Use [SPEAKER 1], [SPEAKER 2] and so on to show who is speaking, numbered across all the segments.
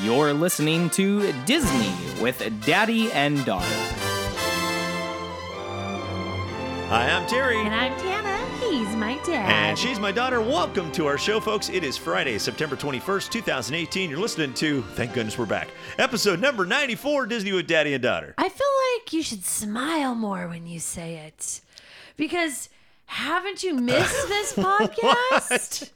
[SPEAKER 1] You're listening to Disney with Daddy and Daughter.
[SPEAKER 2] Hi, I'm Terry.
[SPEAKER 3] And I'm Tana. He's my
[SPEAKER 2] And
[SPEAKER 3] dad.
[SPEAKER 2] she's my daughter. Welcome to our show, folks. It is Friday, September 21st, 2018. You're listening to, thank goodness we're back, episode number 94 Disney with Daddy and Daughter.
[SPEAKER 3] I feel like you should smile more when you say it. Because haven't you missed this podcast? Haven't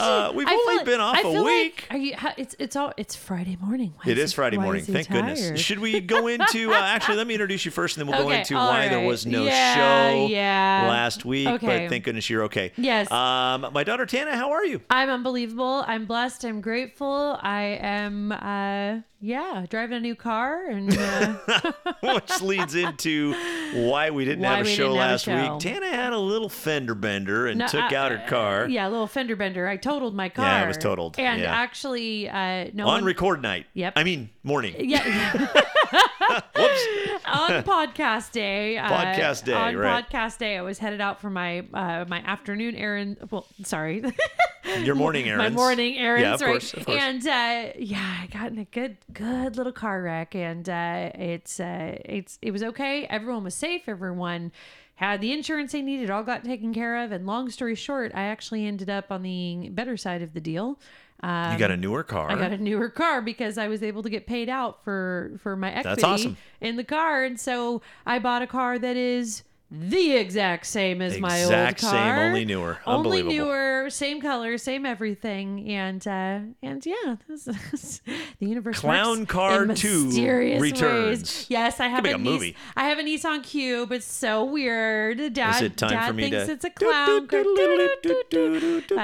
[SPEAKER 2] Uh, we've
[SPEAKER 3] I feel
[SPEAKER 2] only
[SPEAKER 3] like-
[SPEAKER 2] been off
[SPEAKER 3] I
[SPEAKER 2] a
[SPEAKER 3] feel like-
[SPEAKER 2] week.
[SPEAKER 3] are you? How, it's it's all it's Friday morning. Why
[SPEAKER 2] It is
[SPEAKER 3] he-
[SPEAKER 2] Friday
[SPEAKER 3] why
[SPEAKER 2] morning.
[SPEAKER 3] he
[SPEAKER 2] Thank
[SPEAKER 3] tired?
[SPEAKER 2] goodness. Should we go into, uh, actually, let me introduce you first and then we'll go
[SPEAKER 3] Okay,
[SPEAKER 2] into
[SPEAKER 3] all
[SPEAKER 2] why there
[SPEAKER 3] right.
[SPEAKER 2] was no
[SPEAKER 3] Yeah,
[SPEAKER 2] show
[SPEAKER 3] yeah.
[SPEAKER 2] last week,
[SPEAKER 3] Okay.
[SPEAKER 2] but thank goodness you're okay.
[SPEAKER 3] Yes.
[SPEAKER 2] Um, my daughter Tana, how are you?
[SPEAKER 3] I'm unbelievable. I'm blessed. I'm grateful. I am. Uh, yeah, driving a new car and uh,
[SPEAKER 2] Which leads into why we didn't
[SPEAKER 3] Why
[SPEAKER 2] have a
[SPEAKER 3] we
[SPEAKER 2] show
[SPEAKER 3] didn't have a
[SPEAKER 2] last
[SPEAKER 3] show.
[SPEAKER 2] week. Tana had a little fender bender and
[SPEAKER 3] No, uh,
[SPEAKER 2] took
[SPEAKER 3] I-
[SPEAKER 2] out her car
[SPEAKER 3] yeah, a little fender bender. I totaled my car.
[SPEAKER 2] Yeah, it was totaled.
[SPEAKER 3] And
[SPEAKER 2] Yeah.
[SPEAKER 3] actually, uh, no
[SPEAKER 2] on
[SPEAKER 3] one.
[SPEAKER 2] record night.
[SPEAKER 3] Yep.
[SPEAKER 2] I mean, morning.
[SPEAKER 3] yeah.
[SPEAKER 2] Whoops.
[SPEAKER 3] on podcast day. uh,
[SPEAKER 2] Podcast day,
[SPEAKER 3] On
[SPEAKER 2] right.
[SPEAKER 3] podcast day, I was headed out for my uh, my afternoon errand. Well, sorry,
[SPEAKER 2] Your morning errands.
[SPEAKER 3] my morning errands.
[SPEAKER 2] Yeah, of
[SPEAKER 3] right?
[SPEAKER 2] course, of course.
[SPEAKER 3] And uh, yeah, I got in a good good little car wreck, and uh, it's uh, it's it was okay. Everyone was safe. Everyone had the insurance they needed. All got taken care of. And long story short, I actually ended up on the better side of the deal. Um,
[SPEAKER 2] you got a newer car.
[SPEAKER 3] I got a newer car because I was able to get paid out for for my equity
[SPEAKER 2] awesome.
[SPEAKER 3] in the car, and so I bought a car that is the exact same as my old car.
[SPEAKER 2] Exact same, only newer.
[SPEAKER 3] Only
[SPEAKER 2] Unbelievable.
[SPEAKER 3] newer, same color, same everything, and uh, and yeah, this is- the universe.
[SPEAKER 2] Clown
[SPEAKER 3] works
[SPEAKER 2] Car
[SPEAKER 3] in
[SPEAKER 2] 2
[SPEAKER 3] mysterious
[SPEAKER 2] returns.
[SPEAKER 3] Ways. Yes, I have
[SPEAKER 2] make
[SPEAKER 3] a,
[SPEAKER 2] a
[SPEAKER 3] Nis-
[SPEAKER 2] movie.
[SPEAKER 3] I have a Nissan Cube. It's so weird. Dad,
[SPEAKER 2] it time
[SPEAKER 3] Dad
[SPEAKER 2] for me
[SPEAKER 3] thinks
[SPEAKER 2] to-
[SPEAKER 3] it's a clown. car.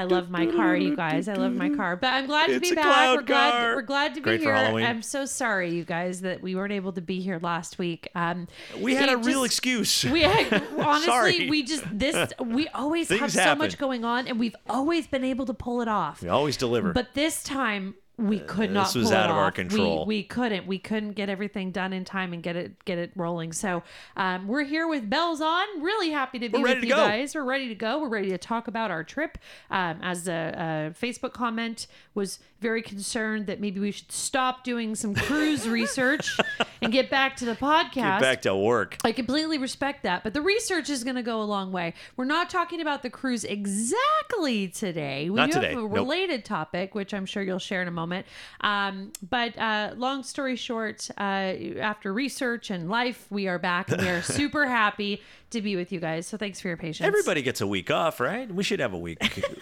[SPEAKER 3] I love my car, you guys. I love my car, but I'm glad to
[SPEAKER 2] It's
[SPEAKER 3] be
[SPEAKER 2] a
[SPEAKER 3] back.
[SPEAKER 2] cloud
[SPEAKER 3] we're glad.
[SPEAKER 2] car.
[SPEAKER 3] We're glad to be
[SPEAKER 2] Great for
[SPEAKER 3] here.
[SPEAKER 2] Halloween.
[SPEAKER 3] I'm so sorry, you guys, that we weren't able to be here last week. Um,
[SPEAKER 2] We had
[SPEAKER 3] it
[SPEAKER 2] a real
[SPEAKER 3] just-
[SPEAKER 2] excuse.
[SPEAKER 3] We had, honestly,
[SPEAKER 2] Sorry.
[SPEAKER 3] we just this. We always
[SPEAKER 2] Things
[SPEAKER 3] have so
[SPEAKER 2] happen.
[SPEAKER 3] much going on, and we've always been able to pull it off.
[SPEAKER 2] We always deliver. Uh,
[SPEAKER 3] But this time we could not.
[SPEAKER 2] this was
[SPEAKER 3] pull
[SPEAKER 2] out
[SPEAKER 3] it
[SPEAKER 2] of our
[SPEAKER 3] off. We-
[SPEAKER 2] control.
[SPEAKER 3] We, couldn't. We couldn't get everything done in time and get it get it rolling. So um, we're here with bells on. Really happy to be
[SPEAKER 2] We're
[SPEAKER 3] with
[SPEAKER 2] ready to
[SPEAKER 3] you
[SPEAKER 2] go.
[SPEAKER 3] guys. We're ready to go. We're ready to talk about our trip. Um, as a, a Facebook comment was very concerned that maybe we should stop doing some cruise research and get back to the podcast.
[SPEAKER 2] Get back to work.
[SPEAKER 3] I completely respect that, but the research is going to go a long way. We're not talking about the cruise exactly today. We
[SPEAKER 2] Not
[SPEAKER 3] do
[SPEAKER 2] today.
[SPEAKER 3] have a
[SPEAKER 2] Nope.
[SPEAKER 3] related topic, which I'm sure you'll share in a moment. Um, but uh, long story short, uh, after research and life, we are back. and We are super happy to be with you guys. So thanks for your patience.
[SPEAKER 2] Everybody gets a week off, right? We should have a week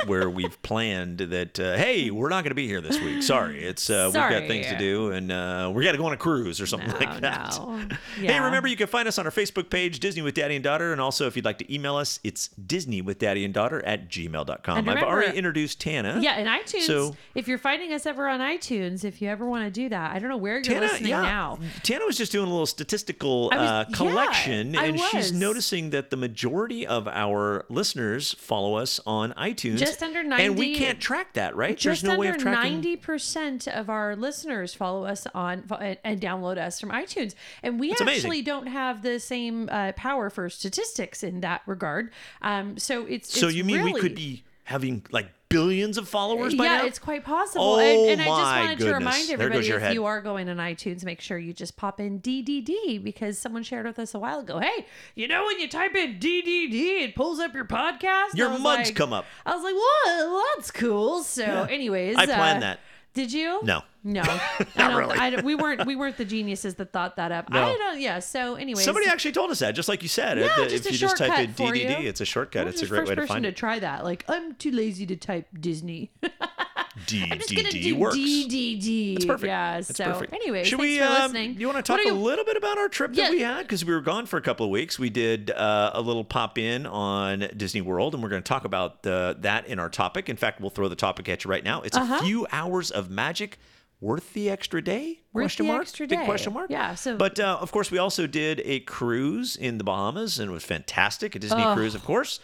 [SPEAKER 2] where we've planned that. Uh, hey, we're not going to be here this week. Sorry, it's uh, we've got
[SPEAKER 3] Sorry.
[SPEAKER 2] things to do, and uh, we got to go on a cruise or something like that.
[SPEAKER 3] Oh, no.
[SPEAKER 2] Hey,
[SPEAKER 3] Yeah.
[SPEAKER 2] remember you can find us on our Facebook page, Disney with Daddy and Daughter, and also if you'd like to email us, it's Disney with Daddy and Daughter at gmail.com.
[SPEAKER 3] And
[SPEAKER 2] I've
[SPEAKER 3] remember-
[SPEAKER 2] already introduced Tana.
[SPEAKER 3] Yeah, and iTunes.
[SPEAKER 2] So-
[SPEAKER 3] if you're finding us ever on iTunes, if you ever want to do that, I don't know where you're
[SPEAKER 2] Tana,
[SPEAKER 3] listening
[SPEAKER 2] yeah.
[SPEAKER 3] now.
[SPEAKER 2] Tana was just doing a little statistical
[SPEAKER 3] I was-
[SPEAKER 2] uh,
[SPEAKER 3] yeah,
[SPEAKER 2] collection,
[SPEAKER 3] I
[SPEAKER 2] and she's
[SPEAKER 3] was.
[SPEAKER 2] noticing that the majority of our listeners follow us on iTunes.
[SPEAKER 3] Just under
[SPEAKER 2] And we
[SPEAKER 3] 90
[SPEAKER 2] can't track that, right?
[SPEAKER 3] Just
[SPEAKER 2] There's no
[SPEAKER 3] under
[SPEAKER 2] way of tracking.
[SPEAKER 3] ninety percent of our listeners follow us on fo- and, and download us from iTunes, and we
[SPEAKER 2] That's
[SPEAKER 3] actually
[SPEAKER 2] amazing.
[SPEAKER 3] don't have the same uh, power for statistics in that regard. Um, so it's
[SPEAKER 2] so
[SPEAKER 3] it's
[SPEAKER 2] you mean we
[SPEAKER 3] really-
[SPEAKER 2] could be having like billions of followers by
[SPEAKER 3] yeah,
[SPEAKER 2] now?
[SPEAKER 3] it's quite possible.
[SPEAKER 2] Oh
[SPEAKER 3] and, and I just
[SPEAKER 2] my
[SPEAKER 3] wanted to
[SPEAKER 2] goodness.
[SPEAKER 3] remind
[SPEAKER 2] There goes
[SPEAKER 3] everybody
[SPEAKER 2] your
[SPEAKER 3] if
[SPEAKER 2] head.
[SPEAKER 3] you are going on iTunes, make sure you just pop in DDD because someone shared with us a while ago. Hey, you know when you type in DDD, it pulls up your podcast.
[SPEAKER 2] Your
[SPEAKER 3] I was
[SPEAKER 2] mugs
[SPEAKER 3] like-
[SPEAKER 2] come up.
[SPEAKER 3] I was like, well, that's cool. So, anyways, uh,
[SPEAKER 2] I planned that.
[SPEAKER 3] Did you?
[SPEAKER 2] No.
[SPEAKER 3] No, I don't,
[SPEAKER 2] really.
[SPEAKER 3] I don't- we weren't we weren't the geniuses that thought that up.
[SPEAKER 2] No.
[SPEAKER 3] I don't. Yeah. So, anyways,
[SPEAKER 2] Somebody actually told us that, just like you said.
[SPEAKER 3] Yeah,
[SPEAKER 2] that
[SPEAKER 3] just
[SPEAKER 2] if
[SPEAKER 3] a
[SPEAKER 2] you just type
[SPEAKER 3] shortcut
[SPEAKER 2] in
[SPEAKER 3] for you.
[SPEAKER 2] DDD, it's a
[SPEAKER 3] I
[SPEAKER 2] shortcut.
[SPEAKER 3] was
[SPEAKER 2] It's a
[SPEAKER 3] the
[SPEAKER 2] great
[SPEAKER 3] first
[SPEAKER 2] way to
[SPEAKER 3] person
[SPEAKER 2] find
[SPEAKER 3] to
[SPEAKER 2] it.
[SPEAKER 3] try that. Like, I'm too lazy to type Disney. I'm just gonna
[SPEAKER 2] DDD
[SPEAKER 3] do
[SPEAKER 2] works.
[SPEAKER 3] DDD.
[SPEAKER 2] It's perfect.
[SPEAKER 3] Yeah.
[SPEAKER 2] It's
[SPEAKER 3] so,
[SPEAKER 2] perfect.
[SPEAKER 3] anyways,
[SPEAKER 2] should
[SPEAKER 3] thanks
[SPEAKER 2] we?
[SPEAKER 3] for
[SPEAKER 2] um,
[SPEAKER 3] listening.
[SPEAKER 2] you want to
[SPEAKER 3] What
[SPEAKER 2] talk
[SPEAKER 3] are
[SPEAKER 2] a
[SPEAKER 3] you-
[SPEAKER 2] little bit about our trip that
[SPEAKER 3] Yeah.
[SPEAKER 2] we had because we were gone for a couple of weeks. We did uh, a little pop in on Disney World, and we're going to talk
[SPEAKER 3] Uh-huh.
[SPEAKER 2] about the, that in our topic. In fact, we'll throw the topic at you right now. It's a few hours of magic worth the extra day?
[SPEAKER 3] Worth
[SPEAKER 2] question
[SPEAKER 3] the
[SPEAKER 2] mark.
[SPEAKER 3] extra
[SPEAKER 2] Big
[SPEAKER 3] day.
[SPEAKER 2] question mark.
[SPEAKER 3] Yeah, so-
[SPEAKER 2] but uh, of course, we also did a cruise in the Bahamas, and it was fantastic. A Disney cruise, of course.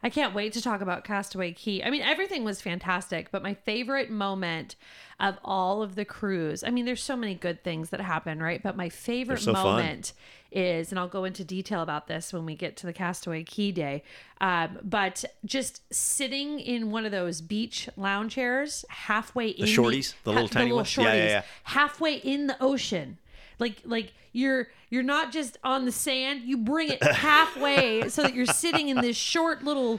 [SPEAKER 3] I can't wait to talk about Castaway Key. I mean, everything was fantastic, but my favorite moment of all of the cruise, I mean, there's so many good things that happen, right? But my favorite
[SPEAKER 2] so fun.
[SPEAKER 3] moment is, and I'll go into detail about this when we get to the Castaway Key day, um, but just sitting in one of those beach lounge chairs halfway in
[SPEAKER 2] shorties? The little tiny
[SPEAKER 3] little
[SPEAKER 2] ones? Yeah, yeah,
[SPEAKER 3] shorties,
[SPEAKER 2] yeah.
[SPEAKER 3] halfway in the ocean like like you're you're not just on the sand you bring it halfway so that you're sitting in this short little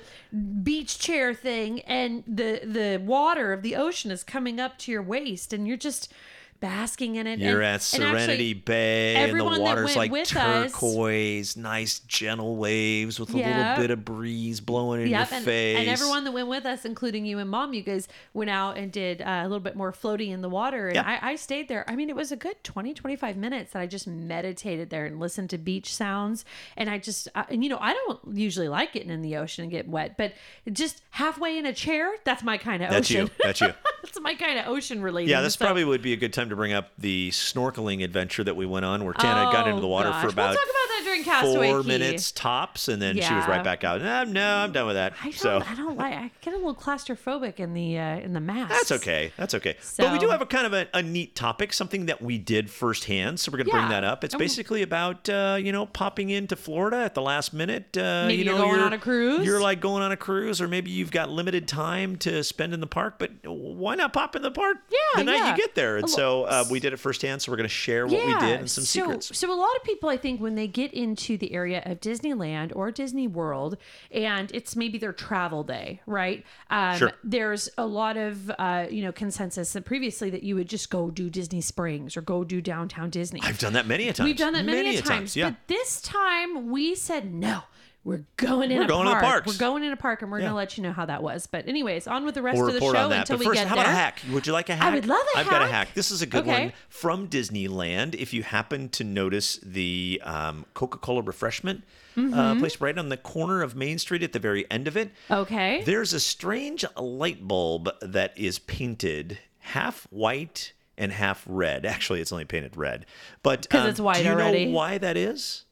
[SPEAKER 3] beach chair thing and the the water of the ocean is coming up to your waist and you're just basking in it
[SPEAKER 2] You're
[SPEAKER 3] and,
[SPEAKER 2] at
[SPEAKER 3] and actually,
[SPEAKER 2] Serenity Bay, and the
[SPEAKER 3] everyone that
[SPEAKER 2] water's
[SPEAKER 3] went
[SPEAKER 2] like
[SPEAKER 3] with us-
[SPEAKER 2] turquoise, nice gentle waves with a
[SPEAKER 3] Yeah.
[SPEAKER 2] little bit of breeze blowing in
[SPEAKER 3] Yep,
[SPEAKER 2] your
[SPEAKER 3] and,
[SPEAKER 2] face.
[SPEAKER 3] and everyone that went with us, including you and mom, you guys went out and did uh, a little bit more floating in the water. And
[SPEAKER 2] Yeah.
[SPEAKER 3] I, I stayed there. I mean, it was a good 20, 25 minutes that I just meditated there and listened to beach sounds. And I just, uh, and you know, I don't usually like getting in the ocean and get wet, but just halfway in a chair, that's my kind of
[SPEAKER 2] That's
[SPEAKER 3] ocean.
[SPEAKER 2] you. That's you.
[SPEAKER 3] that's my kind of ocean related.
[SPEAKER 2] Yeah, this probably would be a good time to bring up the snorkeling adventure that we went on, where Tana got into the water for about,
[SPEAKER 3] Oh, We'll talk about that during Castaway
[SPEAKER 2] four
[SPEAKER 3] Key.
[SPEAKER 2] minutes tops, and then she was
[SPEAKER 3] Yeah.
[SPEAKER 2] right back out. "Ah, No, I'm done with that.
[SPEAKER 3] I don't,
[SPEAKER 2] so
[SPEAKER 3] I don't like. I get a little claustrophobic in the uh, in the mask.
[SPEAKER 2] that's okay. That's okay. but we do
[SPEAKER 3] So-
[SPEAKER 2] have a kind of a, a neat topic, something that we did firsthand. So we're gonna bring
[SPEAKER 3] Yeah.
[SPEAKER 2] that up. It's
[SPEAKER 3] And we-
[SPEAKER 2] basically about uh, you know popping into Florida at the last minute. Uh,
[SPEAKER 3] Maybe
[SPEAKER 2] you know,
[SPEAKER 3] you're going on a cruise?
[SPEAKER 2] You're like going on a cruise, or maybe you've got limited time to spend in the park. But why not pop in the park
[SPEAKER 3] Yeah,
[SPEAKER 2] the night
[SPEAKER 3] yeah.
[SPEAKER 2] you get there? And
[SPEAKER 3] Well,
[SPEAKER 2] so uh, we did it firsthand. So we're gonna share what we did and some
[SPEAKER 3] so,
[SPEAKER 2] secrets.
[SPEAKER 3] So a lot of people, I think, when they get into the area of Disneyland or Disney World, and it's maybe their travel day, right? Um,
[SPEAKER 2] Sure.
[SPEAKER 3] There's a lot of uh, you know consensus that previously that you would just go do Disney Springs or go do downtown Disney.
[SPEAKER 2] I've done that many a time.
[SPEAKER 3] We've done that many, a times.
[SPEAKER 2] Yeah.
[SPEAKER 3] But this time we said no. We're going in
[SPEAKER 2] We're
[SPEAKER 3] a
[SPEAKER 2] going to the
[SPEAKER 3] park.
[SPEAKER 2] parks.
[SPEAKER 3] We're going in a park, and we're
[SPEAKER 2] Yeah.
[SPEAKER 3] going to let you know how that was. But anyways, on with the rest
[SPEAKER 2] We'll
[SPEAKER 3] of the
[SPEAKER 2] report
[SPEAKER 3] show
[SPEAKER 2] on that.
[SPEAKER 3] until
[SPEAKER 2] But
[SPEAKER 3] we
[SPEAKER 2] first,
[SPEAKER 3] get
[SPEAKER 2] how
[SPEAKER 3] there.
[SPEAKER 2] about a hack? Would you like a hack?
[SPEAKER 3] would love a
[SPEAKER 2] I've got a
[SPEAKER 3] hack.
[SPEAKER 2] hack. This is a good
[SPEAKER 3] Okay.
[SPEAKER 2] one from Disneyland. If you happen to notice the um, Coca-Cola refreshment uh, place right on the corner of Main Street at the very end of it,
[SPEAKER 3] Okay.
[SPEAKER 2] there's a strange light bulb that is painted half white and half red. Actually, it's only painted red. But um,
[SPEAKER 3] 'Cause it's white
[SPEAKER 2] do you
[SPEAKER 3] already.
[SPEAKER 2] know why that is?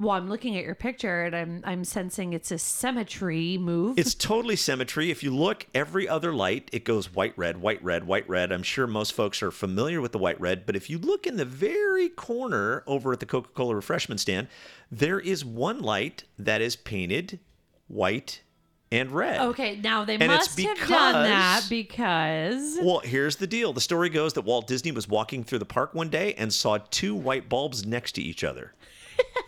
[SPEAKER 3] Well, I'm looking at your picture and I'm I'm sensing it's a symmetry move.
[SPEAKER 2] It's totally symmetry. If you look every other light, it goes white, red, white, red, white, red. I'm sure most folks are familiar with the white, red, but if you look in the very corner over at the Coca Cola refreshment stand, there is one light that is painted white and red.
[SPEAKER 3] okay, now they
[SPEAKER 2] And it's
[SPEAKER 3] must have done that
[SPEAKER 2] because-
[SPEAKER 3] because
[SPEAKER 2] Well, here's the deal. The story goes that Walt Disney was walking through the park one day and saw two white bulbs next to each other.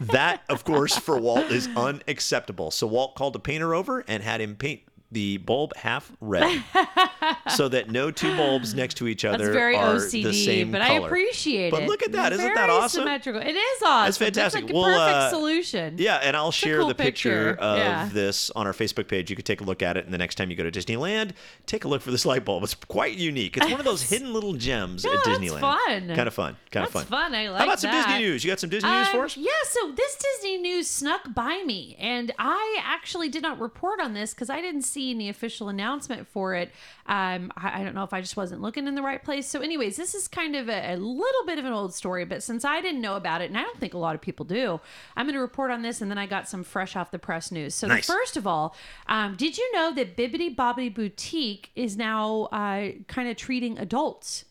[SPEAKER 2] That, of course, for Walt is unacceptable. So Walt called a painter over and had him paint the bulb half red so that no two bulbs next to each other
[SPEAKER 3] that's very
[SPEAKER 2] are
[SPEAKER 3] OCD,
[SPEAKER 2] the same
[SPEAKER 3] but I
[SPEAKER 2] color.
[SPEAKER 3] appreciate
[SPEAKER 2] But
[SPEAKER 3] it.
[SPEAKER 2] look at that. Isn't
[SPEAKER 3] Very
[SPEAKER 2] that awesome?
[SPEAKER 3] Symmetrical. It is awesome.
[SPEAKER 2] fantastic.
[SPEAKER 3] That's like a
[SPEAKER 2] We'll,
[SPEAKER 3] perfect
[SPEAKER 2] uh,
[SPEAKER 3] solution.
[SPEAKER 2] Yeah, and I'll share
[SPEAKER 3] cool
[SPEAKER 2] the picture,
[SPEAKER 3] picture.
[SPEAKER 2] of
[SPEAKER 3] Yeah.
[SPEAKER 2] this on our Facebook page. You can take a look at it, and the next time you go to Disneyland, take a look for this light bulb. It's quite unique. It's one of those hidden little gems at
[SPEAKER 3] that's
[SPEAKER 2] Disneyland.
[SPEAKER 3] fun.
[SPEAKER 2] Kind of fun. Kind of fun.
[SPEAKER 3] That's fun. I like
[SPEAKER 2] How about some
[SPEAKER 3] that.
[SPEAKER 2] Disney news? You got some Disney news for
[SPEAKER 3] Um,
[SPEAKER 2] us?
[SPEAKER 3] Yeah, so this Disney news snuck by me, and I actually did not report on this because I didn't see any official announcement for it. Um, I, I don't know if I just wasn't looking in the right place. So, anyways, this is kind of a, a little bit of an old story, but since I didn't know about it, and I don't think a lot of people do, I'm going to report on this, and then I got some fresh off the press news. So,
[SPEAKER 2] Nice.
[SPEAKER 3] the first of all, um, did you know that Bibbidi Bobbidi Boutique is now uh, kind of treating adults?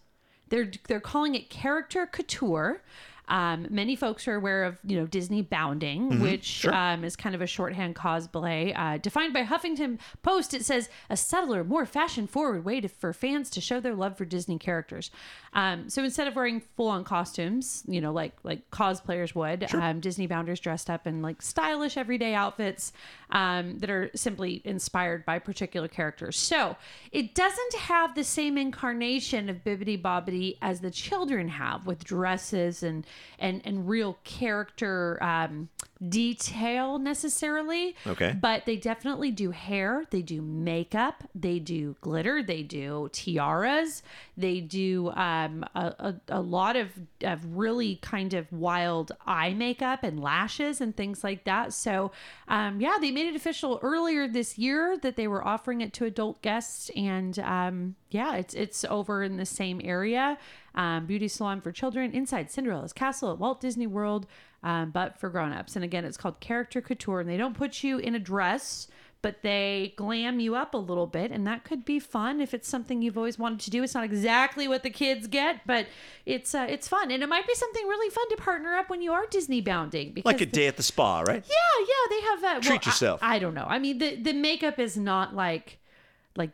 [SPEAKER 3] They're they're calling it character couture. Um, many folks are aware of you know Disney bounding, which um, is kind of a shorthand cosplay uh, defined by Huffington Post. It says a subtler, more fashion-forward way to, for fans to show their love for Disney characters. Um, so instead of wearing full-on costumes, you know, like like cosplayers would, um, Disney bounders dressed up in like stylish everyday outfits um, that are simply inspired by particular characters. So it doesn't have the same incarnation of Bibbidi Bobbidi as the children have with dresses and and and real character um, detail necessarily.
[SPEAKER 2] Okay.
[SPEAKER 3] But they definitely do hair, they do makeup, they do glitter, they do tiaras, they do um, a, a, a lot of, of really kind of wild eye makeup and lashes and things like that. So, um, yeah, they made it official earlier this year that they were offering it to adult guests. And um, yeah, it's, it's over in the same area um, beauty salon for children inside Cinderella's castle at Walt Disney World, um, but for grown-ups. And again, it's called Character Couture, and they don't put you in a dress, but they glam you up a little bit, and that could be fun if it's something you've always wanted to do. It's not exactly what the kids get, but it's uh, it's fun, and it might be something really fun to partner up when you are Disney bounding. Because
[SPEAKER 2] Like a day at the spa, right?
[SPEAKER 3] yeah, yeah, they have that.
[SPEAKER 2] Treat yourself.
[SPEAKER 3] I, I don't know. I mean, the the makeup is not like like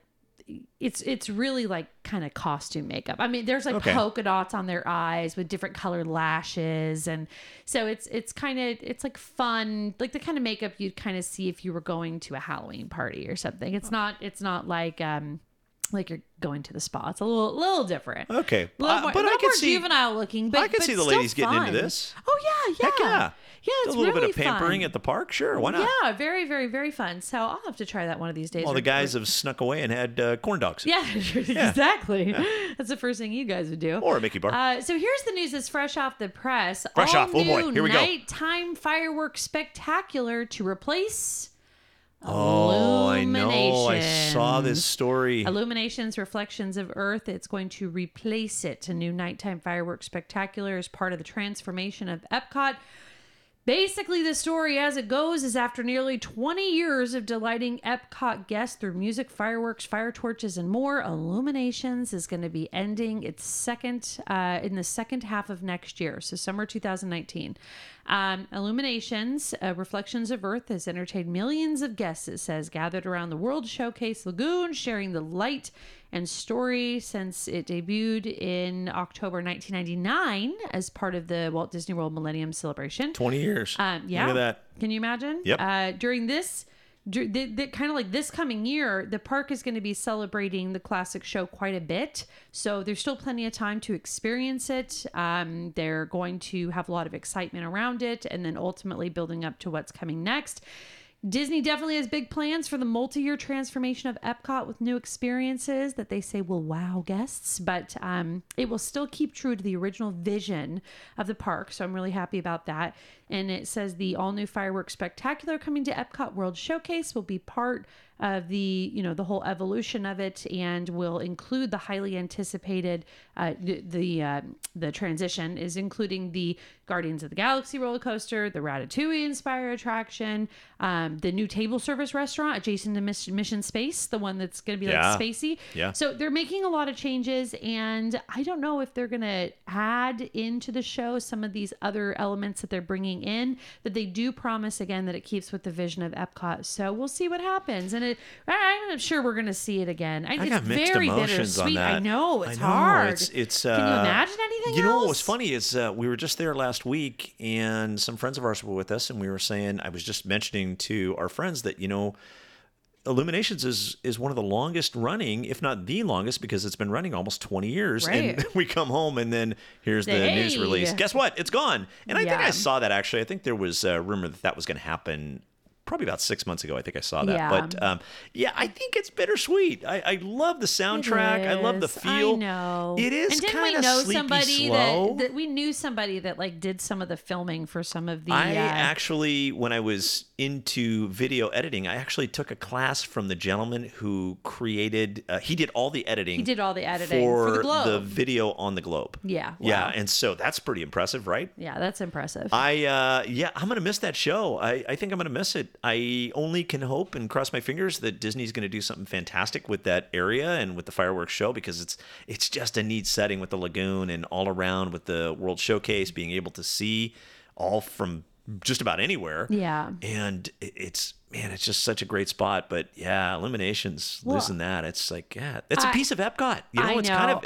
[SPEAKER 3] it's it's really like kind of costume makeup. I mean, there's like
[SPEAKER 2] Okay.
[SPEAKER 3] polka dots on their eyes with different colored lashes, and so it's it's kind of it's like fun, like the kind of makeup you'd kind of see if you were going to a Halloween party or something. It's not it's not like um like you're going to the spa. It's a little little different.
[SPEAKER 2] Okay.
[SPEAKER 3] A little
[SPEAKER 2] Uh,
[SPEAKER 3] more,
[SPEAKER 2] but I
[SPEAKER 3] a little
[SPEAKER 2] could
[SPEAKER 3] more
[SPEAKER 2] see-
[SPEAKER 3] juvenile looking. But
[SPEAKER 2] I could
[SPEAKER 3] but
[SPEAKER 2] see the
[SPEAKER 3] still
[SPEAKER 2] ladies getting into
[SPEAKER 3] fun.
[SPEAKER 2] this.
[SPEAKER 3] Oh yeah, yeah,
[SPEAKER 2] Heck yeah.
[SPEAKER 3] yeah. It's
[SPEAKER 2] a little
[SPEAKER 3] really
[SPEAKER 2] bit of pampering
[SPEAKER 3] fun.
[SPEAKER 2] at the park, sure. Why not?
[SPEAKER 3] Yeah, very, very, very fun. So I'll have to try that one of these days.
[SPEAKER 2] All
[SPEAKER 3] Or-
[SPEAKER 2] the guys
[SPEAKER 3] or-
[SPEAKER 2] have snuck away and had uh, corn dogs.
[SPEAKER 3] Yeah, exactly. That's the first thing you guys would do.
[SPEAKER 2] Or a Mickey bar.
[SPEAKER 3] Uh, so here's the news that's fresh off the press.
[SPEAKER 2] Fresh
[SPEAKER 3] All
[SPEAKER 2] off. Oh, boy.
[SPEAKER 3] new
[SPEAKER 2] Here we go.
[SPEAKER 3] Nighttime fireworks spectacular to replace.
[SPEAKER 2] oh, I know. I saw this
[SPEAKER 3] Illuminations.
[SPEAKER 2] story.
[SPEAKER 3] Illuminations, Reflections of Earth. It's going to replace it. A new nighttime fireworks spectacular is part of the transformation of Epcot. Basically, the story as it goes is after nearly 20 years of delighting Epcot guests through music, fireworks, fire torches, and more, Illuminations is going to be ending its second uh, in the second half of next year, so summer 2019. Um, Illuminations, uh, Reflections of Earth, has entertained millions of guests. It says gathered around the World Showcase Lagoon, sharing the light and story since it debuted in October 1999 as part of the Walt Disney World Millennium Celebration.
[SPEAKER 2] 20 years.
[SPEAKER 3] Um, yeah.
[SPEAKER 2] Look at that.
[SPEAKER 3] Can you imagine?
[SPEAKER 2] Yep.
[SPEAKER 3] Uh, during this, dur- the, the, kind of like this coming year, the park is going to be celebrating the classic show quite a bit. So there's still plenty of time to experience it. Um, they're going to have a lot of excitement around it and then ultimately building up to what's coming next. Disney definitely has big plans for the multi year transformation of Epcot with new experiences that they say will wow guests, but um, it will still keep true to the original vision of the park. So I'm really happy about that. And it says the all new fireworks spectacular coming to Epcot World Showcase will be part of the you know the whole evolution of it and will include the highly anticipated uh, the the, uh, the transition is including the Guardians of the Galaxy roller coaster, the Ratatouille inspired attraction, um, the new table service restaurant adjacent to Miss- Mission Space, the one that's going to be
[SPEAKER 2] Yeah.
[SPEAKER 3] like spacey.
[SPEAKER 2] Yeah.
[SPEAKER 3] So they're making a lot of changes, and I don't know if they're going to add into the show some of these other elements that they're bringing in. But they do promise again that it keeps with the vision of Epcot. So we'll see what happens, and it, I- I'm sure we're going to see it again. I,
[SPEAKER 2] I
[SPEAKER 3] it's
[SPEAKER 2] got mixed
[SPEAKER 3] very
[SPEAKER 2] emotions on
[SPEAKER 3] bittersweet.
[SPEAKER 2] that.
[SPEAKER 3] I know it's
[SPEAKER 2] I know,
[SPEAKER 3] hard.
[SPEAKER 2] It's, it's,
[SPEAKER 3] Can you
[SPEAKER 2] uh,
[SPEAKER 3] imagine anything
[SPEAKER 2] You know what was
[SPEAKER 3] else?
[SPEAKER 2] funny is uh, we were just there last week, and some friends of ours were with us, and we were saying I was just mentioning to our friends that you know, Illuminations is is one of the longest running, if not the longest, because it's been running almost twenty years. And
[SPEAKER 3] Right.
[SPEAKER 2] we come home, and then here's the
[SPEAKER 3] Hey.
[SPEAKER 2] news release. Guess what? It's gone. And I think
[SPEAKER 3] Yeah.
[SPEAKER 2] I saw that actually. I think there was a rumor that that was going to happen. Probably about six months ago, I think I saw that.
[SPEAKER 3] Yeah.
[SPEAKER 2] But um, yeah, I think it's bittersweet. I, I love the sound soundtrack. I love the
[SPEAKER 3] is.
[SPEAKER 2] feel.
[SPEAKER 3] I know
[SPEAKER 2] It is
[SPEAKER 3] And didn't
[SPEAKER 2] kind
[SPEAKER 3] we
[SPEAKER 2] of
[SPEAKER 3] know
[SPEAKER 2] sleepy
[SPEAKER 3] somebody
[SPEAKER 2] slow.
[SPEAKER 3] that, that we knew somebody that like did some of the filming for some of the.
[SPEAKER 2] I
[SPEAKER 3] uh,
[SPEAKER 2] actually, when I was into video editing, I actually took a class from the gentleman who created. Uh, he did all the editing.
[SPEAKER 3] He did all the editing for the Globe.
[SPEAKER 2] video on the Globe.
[SPEAKER 3] Yeah,
[SPEAKER 2] Yeah,
[SPEAKER 3] wow.
[SPEAKER 2] and so that's pretty impressive, right?
[SPEAKER 3] yeah, that's impressive.
[SPEAKER 2] I uh, yeah, I'm gonna miss that show. I, I think I'm gonna miss it. I only can hope and cross my fingers that Disney's gonna do something fantastic with that area and with the fireworks show because it's it's just a neat setting with the lagoon and all around with the World Showcase, being able to see all from just about anywhere.
[SPEAKER 3] Yeah.
[SPEAKER 2] and it- it's man, it's just such a great spot. But yeah, Illuminations losing that, it's like yeah, it's a
[SPEAKER 3] I-
[SPEAKER 2] piece of Epcot. You know,
[SPEAKER 3] I
[SPEAKER 2] it's
[SPEAKER 3] uh, though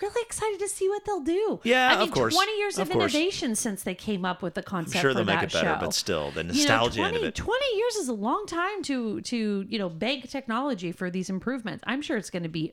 [SPEAKER 3] really excited to see what they'll do.
[SPEAKER 2] Yeah,
[SPEAKER 3] I mean,
[SPEAKER 2] of course.
[SPEAKER 3] 20 years of,
[SPEAKER 2] Of course.
[SPEAKER 3] innovation since they came up with the concept.
[SPEAKER 2] sure
[SPEAKER 3] for
[SPEAKER 2] they'll make
[SPEAKER 3] that
[SPEAKER 2] it better,
[SPEAKER 3] show.
[SPEAKER 2] but still, the nostalgia
[SPEAKER 3] you know,
[SPEAKER 2] end of it.
[SPEAKER 3] 20 years is a long time to to you know bank technology for these improvements. I'm sure it's going to be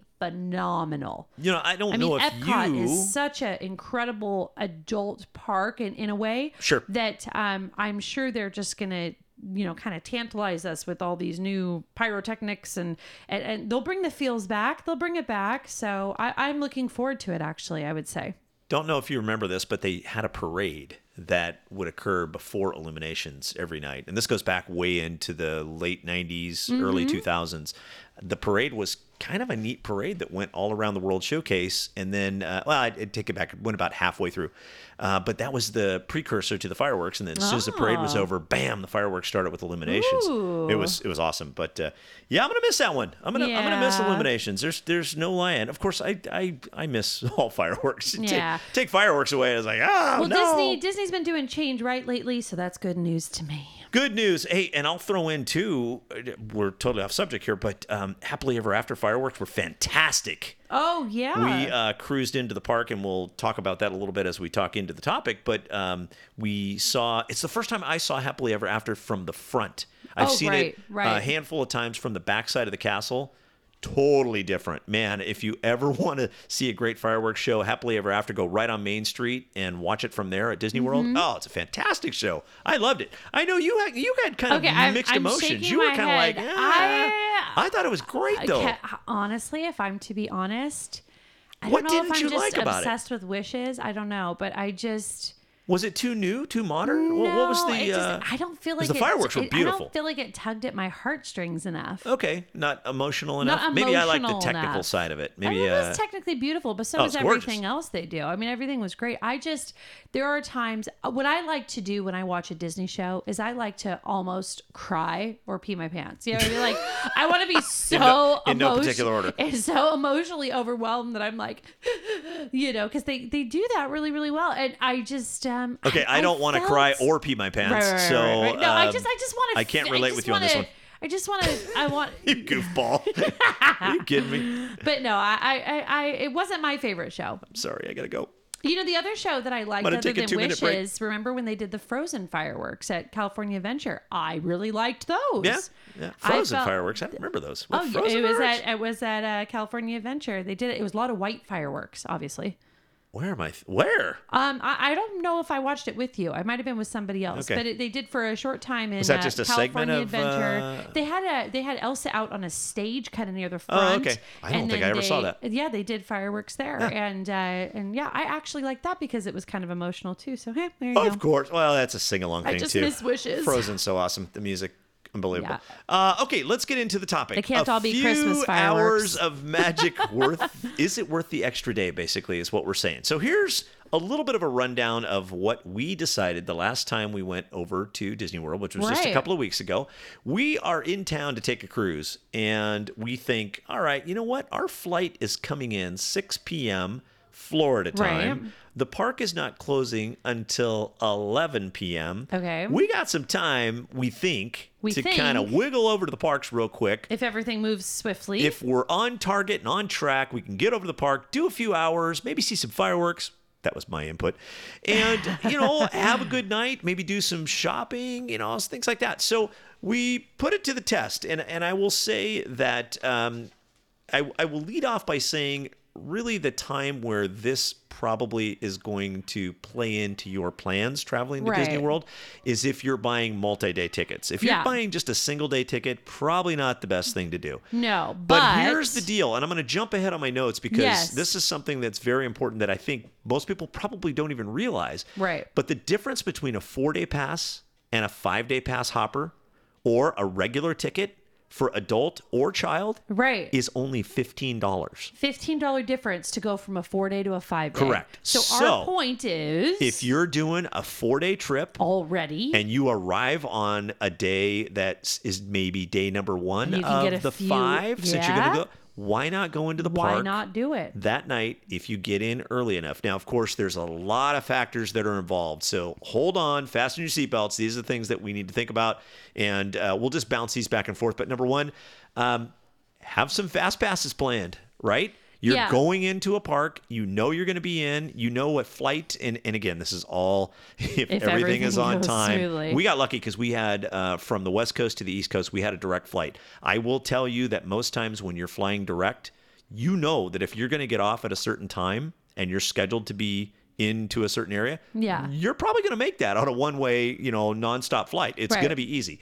[SPEAKER 3] phenomenal.
[SPEAKER 2] You know, I don't
[SPEAKER 3] I mean,
[SPEAKER 2] know if
[SPEAKER 3] Epcot
[SPEAKER 2] you.
[SPEAKER 3] is such an incredible adult park, in, in a way,
[SPEAKER 2] Sure.
[SPEAKER 3] that um, I'm sure they're just gonna, you know, kind of tantalize us with all these new pyrotechnics, and, and and they'll bring the feels back. They'll bring it back. So I, I'm looking forward to it. Actually, I would say.
[SPEAKER 2] Don't know if you remember this, but they had a parade that would occur before illuminations every night. And this goes back way into the late 90s, early
[SPEAKER 3] Mm-hmm.
[SPEAKER 2] 2000s. The parade was kind of a neat parade that went all around the World Showcase. And then, uh, well, I'd, I'd take it back, it went about halfway through. Uh, but that was the precursor to the fireworks. And then as soon as the parade
[SPEAKER 3] Ah.
[SPEAKER 2] was over, bam, the fireworks started with illuminations. It was it was awesome. But uh, yeah, I'm gonna miss that one. I'm gonna I'm gonna miss
[SPEAKER 3] Yeah.
[SPEAKER 2] illuminations. There's there's no lying. Of course, I I, I miss all fireworks. Take-
[SPEAKER 3] Yeah.
[SPEAKER 2] Take, fireworks away. It's like, ah,
[SPEAKER 3] Well,
[SPEAKER 2] no.
[SPEAKER 3] Disney Disney's been doing change right lately, so that's good news to me.
[SPEAKER 2] Good news. Hey, and I'll throw in too. uh, We're totally off subject here, but um, happily ever after fireworks were fantastic.
[SPEAKER 3] Oh yeah.
[SPEAKER 2] we uh, cruised into the park, and we'll talk about that a little bit as we talk into the topic. But um, we saw it's the first time I saw Happily Ever After from the front. I've
[SPEAKER 3] Oh,
[SPEAKER 2] seen
[SPEAKER 3] right,
[SPEAKER 2] it a
[SPEAKER 3] right.
[SPEAKER 2] handful of times from the backside of the castle. Totally different, man. If you ever want to see a great fireworks show, Happily Ever After, go right on Main Street and watch it from there at Disney World.
[SPEAKER 3] Mm-hmm.
[SPEAKER 2] Oh, it's a fantastic show. I loved it. I know you had you had kind
[SPEAKER 3] Okay,
[SPEAKER 2] of
[SPEAKER 3] I'm-
[SPEAKER 2] mixed
[SPEAKER 3] I'm
[SPEAKER 2] emotions.
[SPEAKER 3] shaking
[SPEAKER 2] You were
[SPEAKER 3] my
[SPEAKER 2] kind of like,
[SPEAKER 3] head.
[SPEAKER 2] "Ah."
[SPEAKER 3] I-
[SPEAKER 2] I thought it was great though.
[SPEAKER 3] Ca- honestly, if I'm to be honest, I
[SPEAKER 2] What
[SPEAKER 3] don't know
[SPEAKER 2] didn't
[SPEAKER 3] if I'm
[SPEAKER 2] you
[SPEAKER 3] just
[SPEAKER 2] like about it?
[SPEAKER 3] obsessed with wishes. I don't know, but I just
[SPEAKER 2] Was it too new, too modern? Wha-
[SPEAKER 3] no,
[SPEAKER 2] what, was the?
[SPEAKER 3] it just-
[SPEAKER 2] uh,
[SPEAKER 3] I don't feel
[SPEAKER 2] 'cause
[SPEAKER 3] like
[SPEAKER 2] the
[SPEAKER 3] it-
[SPEAKER 2] fireworks were
[SPEAKER 3] it- I
[SPEAKER 2] beautiful.
[SPEAKER 3] don't feel like it tugged at my heartstrings enough.
[SPEAKER 2] Okay, not emotional enough.
[SPEAKER 3] Not
[SPEAKER 2] Maybe I like the
[SPEAKER 3] emotional
[SPEAKER 2] technical
[SPEAKER 3] enough.
[SPEAKER 2] side of it.
[SPEAKER 3] I mean,
[SPEAKER 2] Maybe
[SPEAKER 3] it
[SPEAKER 2] uh,
[SPEAKER 3] was technically beautiful, but so
[SPEAKER 2] oh,
[SPEAKER 3] was
[SPEAKER 2] it's gorgeous.
[SPEAKER 3] everything else they do. I mean, everything was great. I just there are times uh, what I like to do when I watch a Disney show is I like to almost cry or pee my pants. You know, you're like I want to be so
[SPEAKER 2] no- in no
[SPEAKER 3] emotion-
[SPEAKER 2] particular order.
[SPEAKER 3] and so emotionally overwhelmed that I'm like, you know, because they they do that really really well, and I just um
[SPEAKER 2] okay. I, don't want to cry
[SPEAKER 3] felt-
[SPEAKER 2] or pee my pants.
[SPEAKER 3] Right, right, right,
[SPEAKER 2] so
[SPEAKER 3] right, right. no, I
[SPEAKER 2] um,
[SPEAKER 3] just I just want to
[SPEAKER 2] I can't relate with you on this one.
[SPEAKER 3] I just want to. I want.
[SPEAKER 2] You goofball. Are you kidding me?
[SPEAKER 3] But no, I, I, I, I, it wasn't my favorite show.
[SPEAKER 2] Sorry, I gotta go.
[SPEAKER 3] You know, the other show that I liked
[SPEAKER 2] Gonna
[SPEAKER 3] other
[SPEAKER 2] take a
[SPEAKER 3] than
[SPEAKER 2] two-minute break.
[SPEAKER 3] Wishes, remember when they did the Frozen fireworks at California Adventure? I really liked those.
[SPEAKER 2] Yeah, yeah.
[SPEAKER 3] I
[SPEAKER 2] Frozen
[SPEAKER 3] felt-
[SPEAKER 2] fireworks. I don't remember those. What,
[SPEAKER 3] Oh, yeah,
[SPEAKER 2] frozen
[SPEAKER 3] it was
[SPEAKER 2] fireworks?
[SPEAKER 3] at it was at uh, California Adventure. They did it. It was a lot of white fireworks, obviously.
[SPEAKER 2] Where am I? Th- where?
[SPEAKER 3] Um, I, I don't know if I watched it with you. I might have been with somebody else,
[SPEAKER 2] Okay.
[SPEAKER 3] but it, they did for a short time in
[SPEAKER 2] Was that
[SPEAKER 3] uh,
[SPEAKER 2] just a segment
[SPEAKER 3] California
[SPEAKER 2] of,
[SPEAKER 3] Adventure.
[SPEAKER 2] uh, Oh,
[SPEAKER 3] They had a they had Elsa out on a stage, kind of near the front.
[SPEAKER 2] okay. I don't
[SPEAKER 3] and
[SPEAKER 2] think
[SPEAKER 3] then
[SPEAKER 2] I ever
[SPEAKER 3] they,
[SPEAKER 2] saw that.
[SPEAKER 3] Yeah, they did fireworks there, and uh, and yeah, I actually liked that because it was kind of emotional too. So hey, there you go.
[SPEAKER 2] Oh, Of course. Well, that's a sing along
[SPEAKER 3] I
[SPEAKER 2] thing
[SPEAKER 3] just
[SPEAKER 2] too.
[SPEAKER 3] miss Wishes.
[SPEAKER 2] Frozen, so awesome. The music, unbelievable. Uh, okay, let's get into the topic.
[SPEAKER 3] They can't
[SPEAKER 2] a
[SPEAKER 3] all be
[SPEAKER 2] few
[SPEAKER 3] Christmas
[SPEAKER 2] Hours
[SPEAKER 3] fireworks.
[SPEAKER 2] of magic worth? Is it worth the extra day? Basically, is what we're saying. So here's a little bit of a rundown of what we decided the last time we went over to Disney World, which was just a
[SPEAKER 3] Right.
[SPEAKER 2] couple of weeks ago. We are in town to take a cruise, and we think, all right, you know what? Our flight is coming in 6 p.m. Florida
[SPEAKER 3] Right.
[SPEAKER 2] time. The park is not closing until 11 p.m.
[SPEAKER 3] Okay.
[SPEAKER 2] We got some time, we think,
[SPEAKER 3] We
[SPEAKER 2] to
[SPEAKER 3] think.
[SPEAKER 2] kind of wiggle over to the parks real quick.
[SPEAKER 3] If everything moves swiftly,
[SPEAKER 2] If we're on target and on track, we can get over to the park, do a few hours, maybe see some fireworks. That was my input. And, you know, have a good night, maybe do some shopping, you know, things like that. So we put it to the test. And, and I will say that um, I, I will lead off by saying really the time where this probably is going to play into your plans traveling to Disney
[SPEAKER 3] Right.
[SPEAKER 2] World is if you're buying multi-day tickets. If you're
[SPEAKER 3] Yeah.
[SPEAKER 2] buying just a single day ticket, probably not the best thing to do.
[SPEAKER 3] no, but,
[SPEAKER 2] But, here's the deal, and I'm going to jump ahead on my notes because
[SPEAKER 3] Yes.
[SPEAKER 2] this is something that's very important that I think most people probably don't even realize.
[SPEAKER 3] Right.
[SPEAKER 2] But the difference between a four day pass and a five day pass hopper or a regular ticket for adult or child
[SPEAKER 3] right
[SPEAKER 2] is only $15.
[SPEAKER 3] fifteen dollar difference to go from a four day to a five day.
[SPEAKER 2] Correct.
[SPEAKER 3] So,
[SPEAKER 2] So,
[SPEAKER 3] our point is,
[SPEAKER 2] If you're doing a four day trip,
[SPEAKER 3] Oh. already
[SPEAKER 2] and you arrive on a day that s- is maybe day number one
[SPEAKER 3] You can
[SPEAKER 2] of
[SPEAKER 3] get a
[SPEAKER 2] the
[SPEAKER 3] few-
[SPEAKER 2] five, since you're going to
[SPEAKER 3] Yeah.
[SPEAKER 2] go, why not go into the
[SPEAKER 3] why
[SPEAKER 2] park?
[SPEAKER 3] not do it?
[SPEAKER 2] that night if you get in early enough. Now, of course, there's a lot of factors that are involved. So hold on, fasten your seatbelts. These are the things that we need to think about. And uh, we'll just bounce these back and forth. But number one, um, have some fast passes planned, right? You're
[SPEAKER 3] Yeah.
[SPEAKER 2] going into a park. You know you're going to be in. You know what flight. And, and again, this is all if, everything,
[SPEAKER 3] everything
[SPEAKER 2] is on
[SPEAKER 3] goes
[SPEAKER 2] time.
[SPEAKER 3] smoothly.
[SPEAKER 2] We got lucky because we had uh, from the West Coast to the East Coast, we had a direct flight. I will tell you that most times when you're flying direct, you know that if you're going to get off at a certain time and you're scheduled to be into a certain area,
[SPEAKER 3] Yeah.
[SPEAKER 2] you're probably going to make that on a one way, you know, nonstop flight. It's
[SPEAKER 3] Right.
[SPEAKER 2] going to be easy.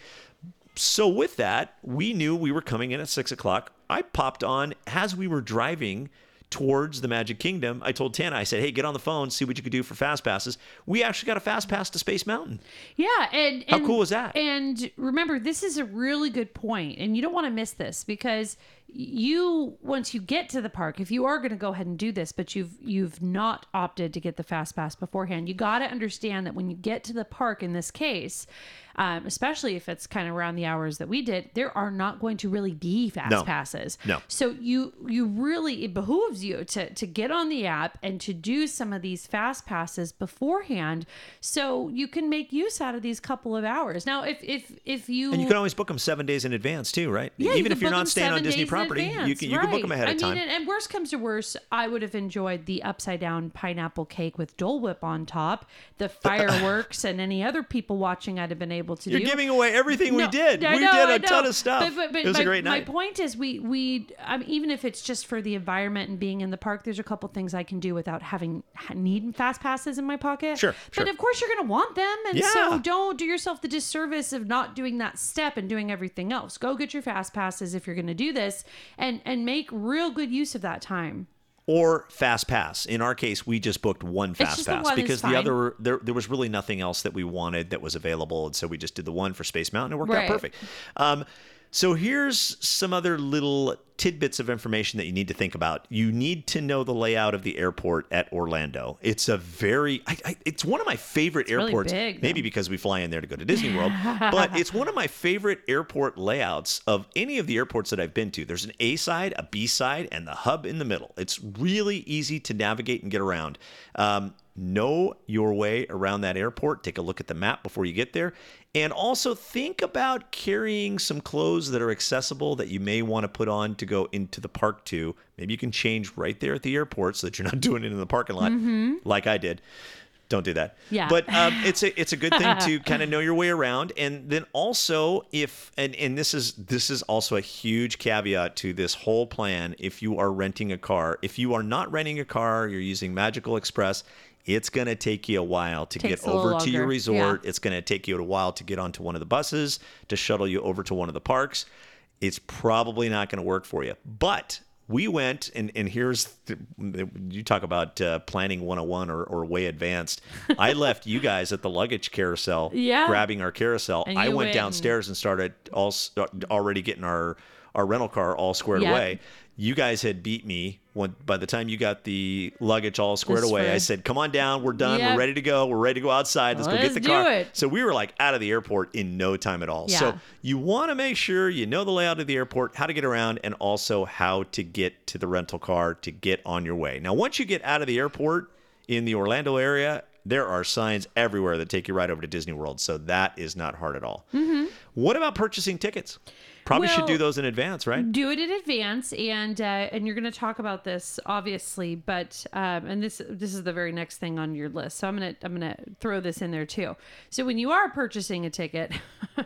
[SPEAKER 2] So with that, we knew we were coming in at six o'clock. I popped on as we were driving towards the Magic Kingdom. I told Tana, I said, "Hey, get on the phone, see what you could do for fast passes." We actually got a fast pass to Space Mountain.
[SPEAKER 3] Yeah, and,
[SPEAKER 2] How
[SPEAKER 3] and-
[SPEAKER 2] cool was that?
[SPEAKER 3] And remember, this is a really good point, and you don't want to miss this because you once you get to the park, if you are going to go ahead and do this, but you've you've not opted to get the fast pass beforehand, you got to understand that when you get to the park, in this case, um, especially if it's kind of around the hours that we did, there are not going to really be fast
[SPEAKER 2] No.
[SPEAKER 3] passes.
[SPEAKER 2] No.
[SPEAKER 3] So you you really it behooves you to to get on the app and to do some of these fast passes beforehand, so you can make use out of these couple of hours. Now, if if if you
[SPEAKER 2] And you can always book them seven days in advance too, right?
[SPEAKER 3] yeah,
[SPEAKER 2] Even if
[SPEAKER 3] you can
[SPEAKER 2] you're
[SPEAKER 3] book
[SPEAKER 2] not
[SPEAKER 3] them
[SPEAKER 2] staying on
[SPEAKER 3] seven
[SPEAKER 2] Disney
[SPEAKER 3] days in
[SPEAKER 2] property, you
[SPEAKER 3] advance,
[SPEAKER 2] can you can book
[SPEAKER 3] right.
[SPEAKER 2] them ahead
[SPEAKER 3] I
[SPEAKER 2] of time.
[SPEAKER 3] mean, and, and worst comes to worst, I would have enjoyed the upside down pineapple cake with Dole Whip on top, the fireworks, and any other people watching I'd have been able to
[SPEAKER 2] you're
[SPEAKER 3] do.
[SPEAKER 2] giving away everything we
[SPEAKER 3] No,
[SPEAKER 2] did.
[SPEAKER 3] I
[SPEAKER 2] we
[SPEAKER 3] know,
[SPEAKER 2] did
[SPEAKER 3] I
[SPEAKER 2] a ton
[SPEAKER 3] know.
[SPEAKER 2] of stuff.
[SPEAKER 3] But, but, but
[SPEAKER 2] it was
[SPEAKER 3] my,
[SPEAKER 2] a great
[SPEAKER 3] my
[SPEAKER 2] night.
[SPEAKER 3] point is, we we I mean, even if it's just for the environment and being in the park, there's a couple things I can do without having ha- need fast passes in my pocket.
[SPEAKER 2] Sure,
[SPEAKER 3] but
[SPEAKER 2] sure.
[SPEAKER 3] of course you're going to want them, and
[SPEAKER 2] Yeah.
[SPEAKER 3] so don't do yourself the disservice of not doing that step and doing everything else. Go get your fast passes if you're going to do this, and and make real good use of that time.
[SPEAKER 2] or fast pass. In our case, we just booked one fast
[SPEAKER 3] just the
[SPEAKER 2] pass
[SPEAKER 3] one is
[SPEAKER 2] because the
[SPEAKER 3] fine.
[SPEAKER 2] other there there was really nothing else that we wanted that was available, and so we just did the one for Space Mountain. It worked
[SPEAKER 3] Right.
[SPEAKER 2] out perfect. Um, so here's some other little tidbits of information that you need to think about. You need to know the layout of the airport at Orlando. It's a very, I, I, it's one of my favorite
[SPEAKER 3] really
[SPEAKER 2] airports.
[SPEAKER 3] big, though.
[SPEAKER 2] maybe maybe because we fly in there to go to Disney World, but it's one of my favorite airport layouts of any of the airports that I've been to. There's an A side, a B side, and the hub in the middle. It's really easy to navigate and get around. Um, know your way around that airport. Take a look at the map before you get there. And also think about carrying some clothes that are accessible that you may want to put on to go into the park too. Maybe you can change right there at the airport so that you're not doing it in the parking lot like I did. Don't do that.
[SPEAKER 3] Yeah.
[SPEAKER 2] But um, it's a it's a good thing to kind of know your way around, and then also if and and this is this is also a huge caveat to this whole plan. If you are renting a car, if you are not renting a car, you're using Magical Express. It's gonna take you a while to
[SPEAKER 3] Takes
[SPEAKER 2] get
[SPEAKER 3] a little
[SPEAKER 2] over to your
[SPEAKER 3] longer.
[SPEAKER 2] resort.
[SPEAKER 3] Yeah.
[SPEAKER 2] It's gonna take you a while to get onto one of the buses to shuttle you over to one of the parks. It's probably not gonna work for you, but we went and and here's the, you talk about uh, planning 101 or, or way advanced i left you guys at the luggage carousel
[SPEAKER 3] Yeah.
[SPEAKER 2] grabbing our carousel
[SPEAKER 3] And
[SPEAKER 2] i
[SPEAKER 3] you
[SPEAKER 2] went
[SPEAKER 3] went and-
[SPEAKER 2] downstairs and started all start, already getting our our rental car all squared
[SPEAKER 3] Yeah.
[SPEAKER 2] away you guys had beat me when by the time you got the luggage all squared
[SPEAKER 3] This
[SPEAKER 2] away i
[SPEAKER 3] way.
[SPEAKER 2] said come on down we're done
[SPEAKER 3] Yep.
[SPEAKER 2] we're ready to go we're ready to go outside let's go
[SPEAKER 3] Let's
[SPEAKER 2] get the
[SPEAKER 3] do
[SPEAKER 2] car
[SPEAKER 3] it.
[SPEAKER 2] so we were like out of the airport in no time at all so
[SPEAKER 3] Yeah.
[SPEAKER 2] you want to make sure you know the layout of the airport, how to get around, and also how to get to the rental car to get on your way. Now, once you get out of the airport in the Orlando area, there are signs everywhere that take you right over to Disney World. So that is not hard at all. What about purchasing tickets? Probably should
[SPEAKER 3] Mm-hmm. Well-
[SPEAKER 2] do those in advance, right?
[SPEAKER 3] do it in advance and uh, and you're going to talk about this obviously but um, and this this is the very next thing on your list so i'm going to i'm going to throw this in there too so when you are purchasing a ticket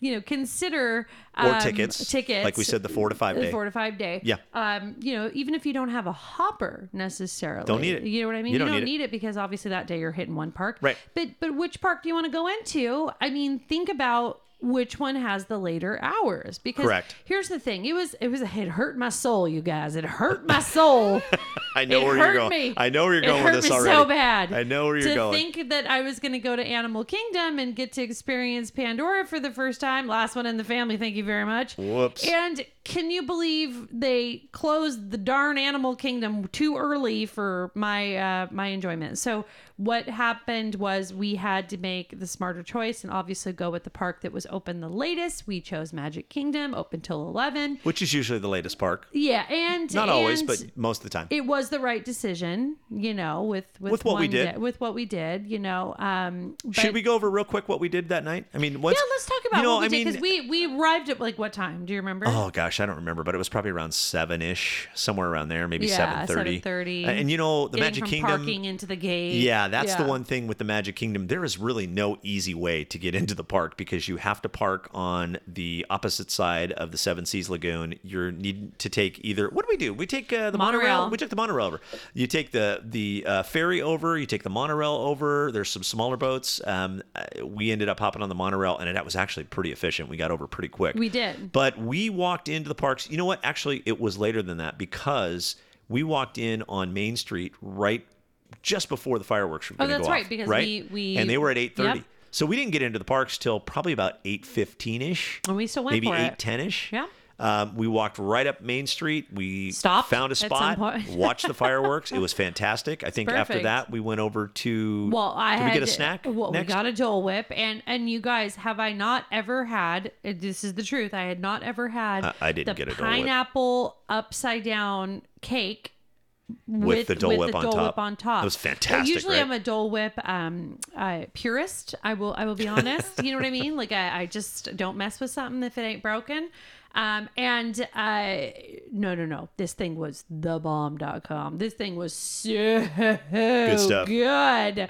[SPEAKER 3] you know consider
[SPEAKER 2] Or
[SPEAKER 3] um,
[SPEAKER 2] tickets.
[SPEAKER 3] tickets
[SPEAKER 2] Like we said, the four to five
[SPEAKER 3] the
[SPEAKER 2] day.
[SPEAKER 3] four to five day
[SPEAKER 2] Yeah.
[SPEAKER 3] um you know even if you don't have a hopper necessarily
[SPEAKER 2] Don't need it.
[SPEAKER 3] you know what i mean
[SPEAKER 2] You don't need it.
[SPEAKER 3] need it because obviously that day you're hitting one park
[SPEAKER 2] Right.
[SPEAKER 3] but but which park do you want to go into i mean think about which one has the later hours because
[SPEAKER 2] Correct.
[SPEAKER 3] Here's the thing. It was it was it hurt my soul, you guys. It hurt my soul.
[SPEAKER 2] I know
[SPEAKER 3] it
[SPEAKER 2] where
[SPEAKER 3] hurt
[SPEAKER 2] you're going.
[SPEAKER 3] Me.
[SPEAKER 2] I know where you're
[SPEAKER 3] It
[SPEAKER 2] going
[SPEAKER 3] hurt
[SPEAKER 2] with this
[SPEAKER 3] me
[SPEAKER 2] already.
[SPEAKER 3] So bad.
[SPEAKER 2] I know where you're
[SPEAKER 3] to
[SPEAKER 2] going.
[SPEAKER 3] think that I was going to go to Animal Kingdom and get to experience Pandora for the first time. Last one in the family. Thank you very much.
[SPEAKER 2] Whoops.
[SPEAKER 3] And can you believe they closed the darn Animal Kingdom too early for my uh, my enjoyment? So what happened was we had to make the smarter choice and obviously go with the park that was open the latest. We chose Magic Kingdom, open till eleven.
[SPEAKER 2] Which is usually the latest park.
[SPEAKER 3] Yeah, and
[SPEAKER 2] Not always,
[SPEAKER 3] and
[SPEAKER 2] but most of the time.
[SPEAKER 3] it was was the right decision, you know, with with,
[SPEAKER 2] With what we
[SPEAKER 3] one
[SPEAKER 2] did.
[SPEAKER 3] da- with what we did, you know. Um, but,
[SPEAKER 2] Should we go over real quick what we did that night? I mean, what's,
[SPEAKER 3] Yeah, let's talk about
[SPEAKER 2] you know,
[SPEAKER 3] what we
[SPEAKER 2] I mean,
[SPEAKER 3] did because we we arrived at like what time? Do you remember?
[SPEAKER 2] Oh gosh, I don't remember, but it was probably around seven ish, somewhere around there, maybe
[SPEAKER 3] yeah,
[SPEAKER 2] seven thirty.
[SPEAKER 3] 7:30.
[SPEAKER 2] And you know, the
[SPEAKER 3] Getting
[SPEAKER 2] Magic
[SPEAKER 3] from
[SPEAKER 2] Kingdom.
[SPEAKER 3] parking into the gate.
[SPEAKER 2] Yeah, that's the one thing with the Magic Kingdom. There is really no easy way to get into the park because you have to park on the opposite side of the Seven Seas Lagoon. You need to take either. What do we do? We take uh, the monorail.
[SPEAKER 3] Monorail.
[SPEAKER 2] We took the monorail over. You take the the uh, ferry over. You take the monorail over. There's some smaller boats. Um, uh, we ended up hopping on the monorail, and that was actually pretty efficient. We got over pretty quick.
[SPEAKER 3] We did.
[SPEAKER 2] But we walked into the parks. You know what? Actually, it was later than that because we walked in on Main Street right just before the fireworks were going to
[SPEAKER 3] Oh, that's
[SPEAKER 2] go
[SPEAKER 3] right,
[SPEAKER 2] off,
[SPEAKER 3] because
[SPEAKER 2] right?
[SPEAKER 3] we- we-
[SPEAKER 2] and they were at eight thirty.
[SPEAKER 3] Yep.
[SPEAKER 2] So we didn't get into the parks till probably about eight fifteen ish.
[SPEAKER 3] And we still went
[SPEAKER 2] maybe
[SPEAKER 3] for it.
[SPEAKER 2] eight ten ish.
[SPEAKER 3] Yeah.
[SPEAKER 2] Um, we walked right up Main Street. We
[SPEAKER 3] Stopped
[SPEAKER 2] found a
[SPEAKER 3] at some
[SPEAKER 2] spot,
[SPEAKER 3] point.
[SPEAKER 2] watched the fireworks. It was fantastic. I think after
[SPEAKER 3] perfect.
[SPEAKER 2] that we went over to.
[SPEAKER 3] Well, I
[SPEAKER 2] did
[SPEAKER 3] had,
[SPEAKER 2] we get a snack?
[SPEAKER 3] Well,
[SPEAKER 2] next?
[SPEAKER 3] we got a Dole Whip, and and you guys, have I not ever had? This is the truth. I had not ever had.
[SPEAKER 2] I- I didn't
[SPEAKER 3] the
[SPEAKER 2] get a Dole Whip.
[SPEAKER 3] pineapple upside down cake with,
[SPEAKER 2] the Dole Whip on top.
[SPEAKER 3] on top.
[SPEAKER 2] It was
[SPEAKER 3] Well,
[SPEAKER 2] fantastic,
[SPEAKER 3] usually,
[SPEAKER 2] right?
[SPEAKER 3] I'm a Dole Whip um, uh, purist. I will. I will be honest. you know what I mean? Like I, I just don't mess with something if it ain't broken. Um, and uh, no, no, no. This thing was the bomb.com. This thing was so good
[SPEAKER 2] stuff.
[SPEAKER 3] Good.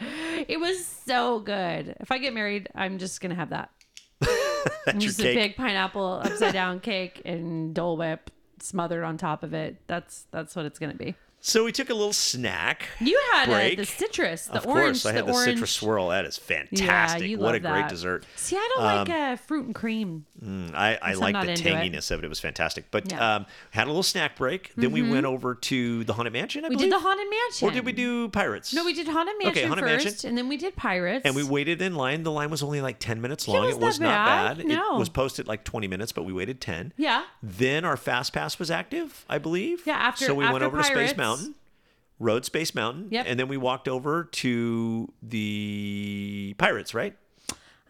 [SPEAKER 3] It was so good. If I get married, I'm just gonna have that.
[SPEAKER 2] That's your
[SPEAKER 3] Just a
[SPEAKER 2] cake.
[SPEAKER 3] big pineapple upside down cake and Dole Whip smothered on top of it. That's that's what it's gonna be.
[SPEAKER 2] So we took a little snack.
[SPEAKER 3] You had uh,
[SPEAKER 2] break.
[SPEAKER 3] the citrus, the
[SPEAKER 2] of
[SPEAKER 3] orange,
[SPEAKER 2] course, I had the,
[SPEAKER 3] orange.
[SPEAKER 2] citrus swirl. That is fantastic.
[SPEAKER 3] you
[SPEAKER 2] what
[SPEAKER 3] love
[SPEAKER 2] a great
[SPEAKER 3] that.
[SPEAKER 2] dessert.
[SPEAKER 3] See, I don't like uh, fruit and cream.
[SPEAKER 2] Um, I, I
[SPEAKER 3] I'm
[SPEAKER 2] like
[SPEAKER 3] not
[SPEAKER 2] the
[SPEAKER 3] into it.
[SPEAKER 2] tanginess of it. It was fantastic. But
[SPEAKER 3] Yeah. Mm-hmm.
[SPEAKER 2] um, had a little snack break. Then we went over to the Haunted Mansion. I
[SPEAKER 3] We
[SPEAKER 2] believe.
[SPEAKER 3] did the haunted mansion.
[SPEAKER 2] Or did we do Pirates?
[SPEAKER 3] No, we did haunted mansion
[SPEAKER 2] Haunted
[SPEAKER 3] first,
[SPEAKER 2] Mansion.
[SPEAKER 3] and then we did pirates.
[SPEAKER 2] And we waited in line. The line was only like 10 minutes long.
[SPEAKER 3] was
[SPEAKER 2] it
[SPEAKER 3] that
[SPEAKER 2] was not
[SPEAKER 3] bad.
[SPEAKER 2] bad.
[SPEAKER 3] No.
[SPEAKER 2] It was posted like 20 minutes, but we waited 10.
[SPEAKER 3] yeah,
[SPEAKER 2] Then our Fast Pass was active, I believe.
[SPEAKER 3] Yeah, after-
[SPEAKER 2] So we went
[SPEAKER 3] after
[SPEAKER 2] over to
[SPEAKER 3] Pirates.
[SPEAKER 2] Space Mountain, rode Space Mountain.
[SPEAKER 3] Yep.
[SPEAKER 2] And then we walked over to the Pirates, right?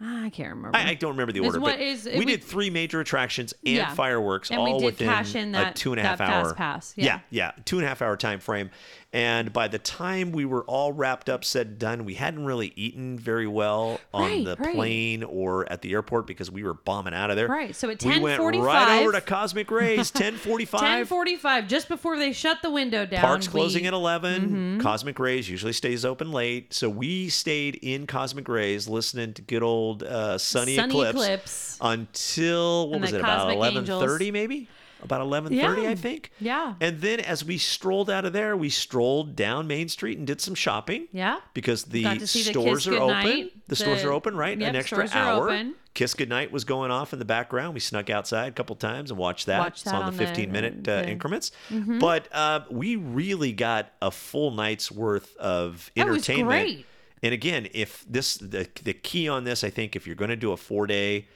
[SPEAKER 3] Ah, I can't remember.
[SPEAKER 2] I, I don't remember the
[SPEAKER 3] Is
[SPEAKER 2] order,
[SPEAKER 3] what
[SPEAKER 2] but
[SPEAKER 3] is-
[SPEAKER 2] we,
[SPEAKER 3] we-
[SPEAKER 2] did three major attractions and
[SPEAKER 3] Yeah.
[SPEAKER 2] fireworks
[SPEAKER 3] And we
[SPEAKER 2] all
[SPEAKER 3] did
[SPEAKER 2] within
[SPEAKER 3] cash in that-
[SPEAKER 2] a two and a
[SPEAKER 3] that
[SPEAKER 2] half
[SPEAKER 3] fast
[SPEAKER 2] hour
[SPEAKER 3] pass,
[SPEAKER 2] yeah,
[SPEAKER 3] yeah.
[SPEAKER 2] yeah, two and a half hour time frame. And by the time we were all wrapped up, said and done, we hadn't really eaten very well on
[SPEAKER 3] Right,
[SPEAKER 2] the
[SPEAKER 3] right.
[SPEAKER 2] plane or at the airport because we were bombing out of there.
[SPEAKER 3] Right, so at
[SPEAKER 2] we went
[SPEAKER 3] 10:45
[SPEAKER 2] right over to Cosmic Rays, ten forty
[SPEAKER 3] Ten
[SPEAKER 2] five.
[SPEAKER 3] forty-five, just before they shut the window down. Mm-hmm.
[SPEAKER 2] Parks
[SPEAKER 3] we-
[SPEAKER 2] closing at 11. Cosmic Rays usually stays open late. So we stayed in Cosmic Rays listening to good old uh, Sunny,
[SPEAKER 3] Sunny
[SPEAKER 2] Eclipse,
[SPEAKER 3] Eclipse.
[SPEAKER 2] until, what
[SPEAKER 3] And
[SPEAKER 2] was
[SPEAKER 3] the
[SPEAKER 2] it, about
[SPEAKER 3] Cosmic
[SPEAKER 2] 11.30 maybe? About 11.30,
[SPEAKER 3] Yeah.
[SPEAKER 2] I think.
[SPEAKER 3] Yeah.
[SPEAKER 2] And then as we strolled out of there, we strolled down Main Street and did some shopping.
[SPEAKER 3] Yeah.
[SPEAKER 2] Because the
[SPEAKER 3] Got to see the
[SPEAKER 2] stores
[SPEAKER 3] Kiss
[SPEAKER 2] are open.
[SPEAKER 3] Goodnight,
[SPEAKER 2] The stores
[SPEAKER 3] the-
[SPEAKER 2] are open, right?
[SPEAKER 3] yep,
[SPEAKER 2] An extra
[SPEAKER 3] stores are
[SPEAKER 2] hour.
[SPEAKER 3] open.
[SPEAKER 2] Kiss Goodnight was going off in the background. We snuck outside a couple times and watched that.
[SPEAKER 3] Watched
[SPEAKER 2] it's
[SPEAKER 3] that
[SPEAKER 2] on,
[SPEAKER 3] on
[SPEAKER 2] the
[SPEAKER 3] the-
[SPEAKER 2] 15 minute uh,
[SPEAKER 3] the-
[SPEAKER 2] increments.
[SPEAKER 3] Mm-hmm.
[SPEAKER 2] But uh, we really got a full night's worth of
[SPEAKER 3] That was
[SPEAKER 2] entertainment.
[SPEAKER 3] great.
[SPEAKER 2] And again, if this the the key on this, I think if you're going to do a four day,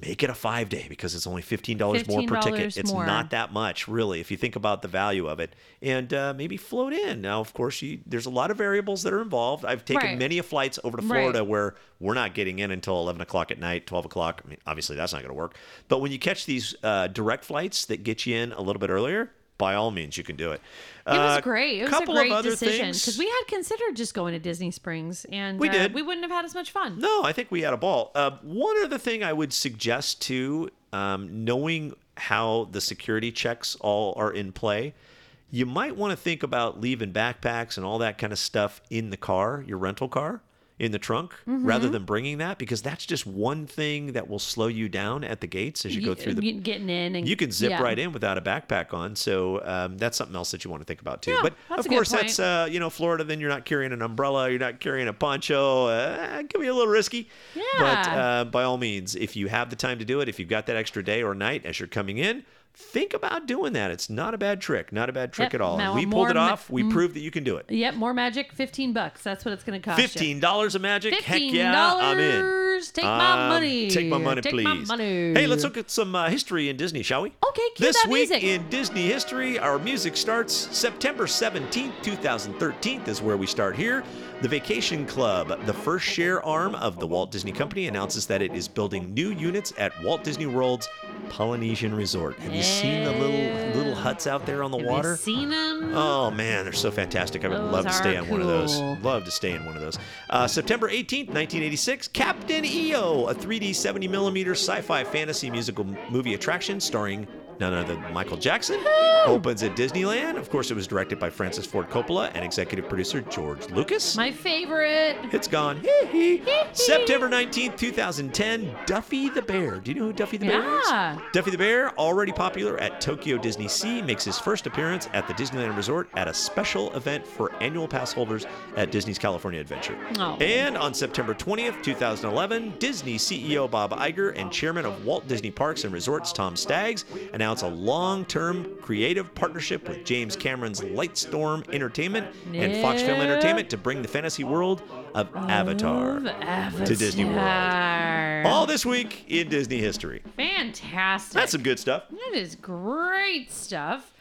[SPEAKER 2] make it a five day because it's only fifteen dollars more per ticket.
[SPEAKER 3] $15
[SPEAKER 2] It's
[SPEAKER 3] more.
[SPEAKER 2] not that much, really, if you think about the value of it. And uh, maybe float in. Now, of course, you, there's a lot of variables that are involved. I've taken
[SPEAKER 3] Right.
[SPEAKER 2] many flights over to
[SPEAKER 3] Right.
[SPEAKER 2] Florida where we're not getting in until 11 o'clock at night, 12 o'clock. I mean, obviously, that's not going to work. But when you catch these uh, direct flights that get you in a little bit earlier, by all means, you can do it.
[SPEAKER 3] It was
[SPEAKER 2] Uh,
[SPEAKER 3] great. It was a
[SPEAKER 2] couple
[SPEAKER 3] great
[SPEAKER 2] of other
[SPEAKER 3] decision because
[SPEAKER 2] things-
[SPEAKER 3] we had considered just going to Disney Springs, and
[SPEAKER 2] We
[SPEAKER 3] uh,
[SPEAKER 2] did.
[SPEAKER 3] We wouldn't have had as much fun.
[SPEAKER 2] No, I think we had a ball. Uh, one other thing I would suggest too, um, knowing how the security checks all are in play, you might want to think about leaving backpacks and all that kind of stuff in the car, your rental car, in the trunk, rather than bringing that because that's just one thing that will slow you down at the gates as you go
[SPEAKER 3] You-
[SPEAKER 2] through the.
[SPEAKER 3] you- getting in, and
[SPEAKER 2] You can zip
[SPEAKER 3] yeah.
[SPEAKER 2] right in without a backpack on, so um, that's something else that you want to think about too.
[SPEAKER 3] Yeah,
[SPEAKER 2] but
[SPEAKER 3] that's
[SPEAKER 2] of
[SPEAKER 3] a good
[SPEAKER 2] course,
[SPEAKER 3] point.
[SPEAKER 2] that's uh, you know Florida. Then you're not carrying an umbrella, you're not carrying a poncho. Uh, it can be a little risky. But
[SPEAKER 3] Yeah.
[SPEAKER 2] uh, by all means, if you have the time to do it, if you've got that extra day or night as you're coming in, think about doing that. It's not a bad trick, not a bad trick
[SPEAKER 3] Yep,
[SPEAKER 2] at all. And
[SPEAKER 3] now
[SPEAKER 2] we
[SPEAKER 3] a
[SPEAKER 2] pulled
[SPEAKER 3] more
[SPEAKER 2] it
[SPEAKER 3] ma- mm-hmm.
[SPEAKER 2] off. We proved that you can do it.
[SPEAKER 3] Yep, more magic. Fifteen bucks. That's what it's going to cost. you.
[SPEAKER 2] Fifteen dollars of magic. Heck
[SPEAKER 3] Fifteen
[SPEAKER 2] yeah, I'm in.
[SPEAKER 3] dollars. Take my
[SPEAKER 2] Um,
[SPEAKER 3] money.
[SPEAKER 2] Take my money,
[SPEAKER 3] Take
[SPEAKER 2] please.
[SPEAKER 3] my money.
[SPEAKER 2] Hey, let's look at some uh, history in Disney, shall we?
[SPEAKER 3] Okay, cue
[SPEAKER 2] This
[SPEAKER 3] that
[SPEAKER 2] week
[SPEAKER 3] music.
[SPEAKER 2] in Disney history, our music starts September 17th, 2013 is where we start here. The Vacation Club, the first share arm of the Walt Disney Company, announces that it is building new units at Walt Disney World's Polynesian Resort. Have you seen the little little huts out there on the
[SPEAKER 3] Have
[SPEAKER 2] water?
[SPEAKER 3] you seen them?
[SPEAKER 2] Oh man, they're so fantastic. I would
[SPEAKER 3] Those
[SPEAKER 2] love to stay
[SPEAKER 3] are
[SPEAKER 2] on one of those.
[SPEAKER 3] cool.
[SPEAKER 2] Love to stay in one of those. Uh, September 18th, 1986, Captain EO, a 3D 70 millimeter sci fi fantasy musical m- movie attraction starring none other than Michael Jackson, opens at Disneyland. Of course, it was directed by Francis Ford Coppola and executive producer George Lucas.
[SPEAKER 3] My favorite.
[SPEAKER 2] it's gone. Hee hee. September 19th, 2010, Duffy the Bear. Do you know who Duffy the Bear is?
[SPEAKER 3] Yeah.
[SPEAKER 2] Duffy the Bear, already popular at Tokyo Disney Sea, makes his first appearance at the Disneyland Resort at a special event for annual pass holders at Disney's California Adventure.
[SPEAKER 3] Aw.
[SPEAKER 2] And on September 20th, 2011, Disney CEO Bob Iger and chairman of Walt Disney Parks and Resorts Tom Staggs announce a long-term creative partnership with James Cameron's Lightstorm Entertainment and Fox Film
[SPEAKER 3] Yeah.
[SPEAKER 2] Entertainment to bring the fantasy world of Avatar.
[SPEAKER 3] Of Avatar.
[SPEAKER 2] to Disney World. Oh, All this week in Disney history.
[SPEAKER 3] Fantastic.
[SPEAKER 2] That's some good stuff.
[SPEAKER 3] That is great stuff.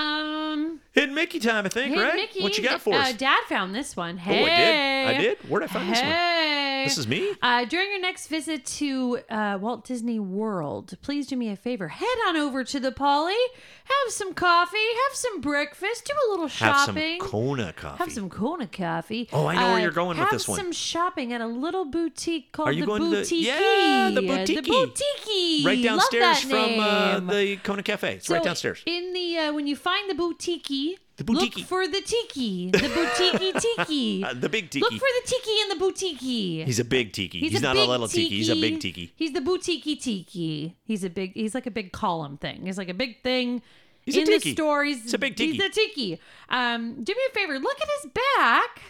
[SPEAKER 3] Um,
[SPEAKER 2] Hidden Mickey time, I think,
[SPEAKER 3] hey,
[SPEAKER 2] right?
[SPEAKER 3] Mickey,
[SPEAKER 2] what you got for
[SPEAKER 3] uh,
[SPEAKER 2] us? Oh,
[SPEAKER 3] Dad found this one.
[SPEAKER 2] I did.
[SPEAKER 3] Hey,
[SPEAKER 2] I did? Where'd I find this one?
[SPEAKER 3] Hey.
[SPEAKER 2] This is me?
[SPEAKER 3] Uh, during your next visit to uh, Walt Disney World, please do me a favor. Head on over to the Polly, have some coffee, have some breakfast, do a little
[SPEAKER 2] Have
[SPEAKER 3] shopping.
[SPEAKER 2] some Kona coffee.
[SPEAKER 3] Have some Kona coffee. Uh,
[SPEAKER 2] Oh, I know where you're going with
[SPEAKER 3] have
[SPEAKER 2] this one.
[SPEAKER 3] some shopping at a little boutique called
[SPEAKER 2] Are you
[SPEAKER 3] the
[SPEAKER 2] going to the-
[SPEAKER 3] Boutique.
[SPEAKER 2] Yeah, the Boutique-y.
[SPEAKER 3] Boutique.
[SPEAKER 2] right downstairs
[SPEAKER 3] Love that
[SPEAKER 2] from uh,
[SPEAKER 3] name.
[SPEAKER 2] the Kona Cafe. It's right
[SPEAKER 3] So,
[SPEAKER 2] downstairs.
[SPEAKER 3] In the uh, when you find the boutique,
[SPEAKER 2] The boutique-y.
[SPEAKER 3] look for the tiki, the boutique tiki,
[SPEAKER 2] Uh, the big
[SPEAKER 3] Look
[SPEAKER 2] tiki.
[SPEAKER 3] for the tiki in the boutique.
[SPEAKER 2] He's a big tiki. He's,
[SPEAKER 3] a
[SPEAKER 2] not
[SPEAKER 3] big
[SPEAKER 2] a little tiki. He's a big tiki.
[SPEAKER 3] He's the boutique tiki. He's a big. He's like a big column thing. He's like a big thing.
[SPEAKER 2] He's a
[SPEAKER 3] in
[SPEAKER 2] tiki.
[SPEAKER 3] the store. He's,
[SPEAKER 2] It's a big
[SPEAKER 3] He's
[SPEAKER 2] tiki.
[SPEAKER 3] a tiki. Um, do me a favor. Look at his back.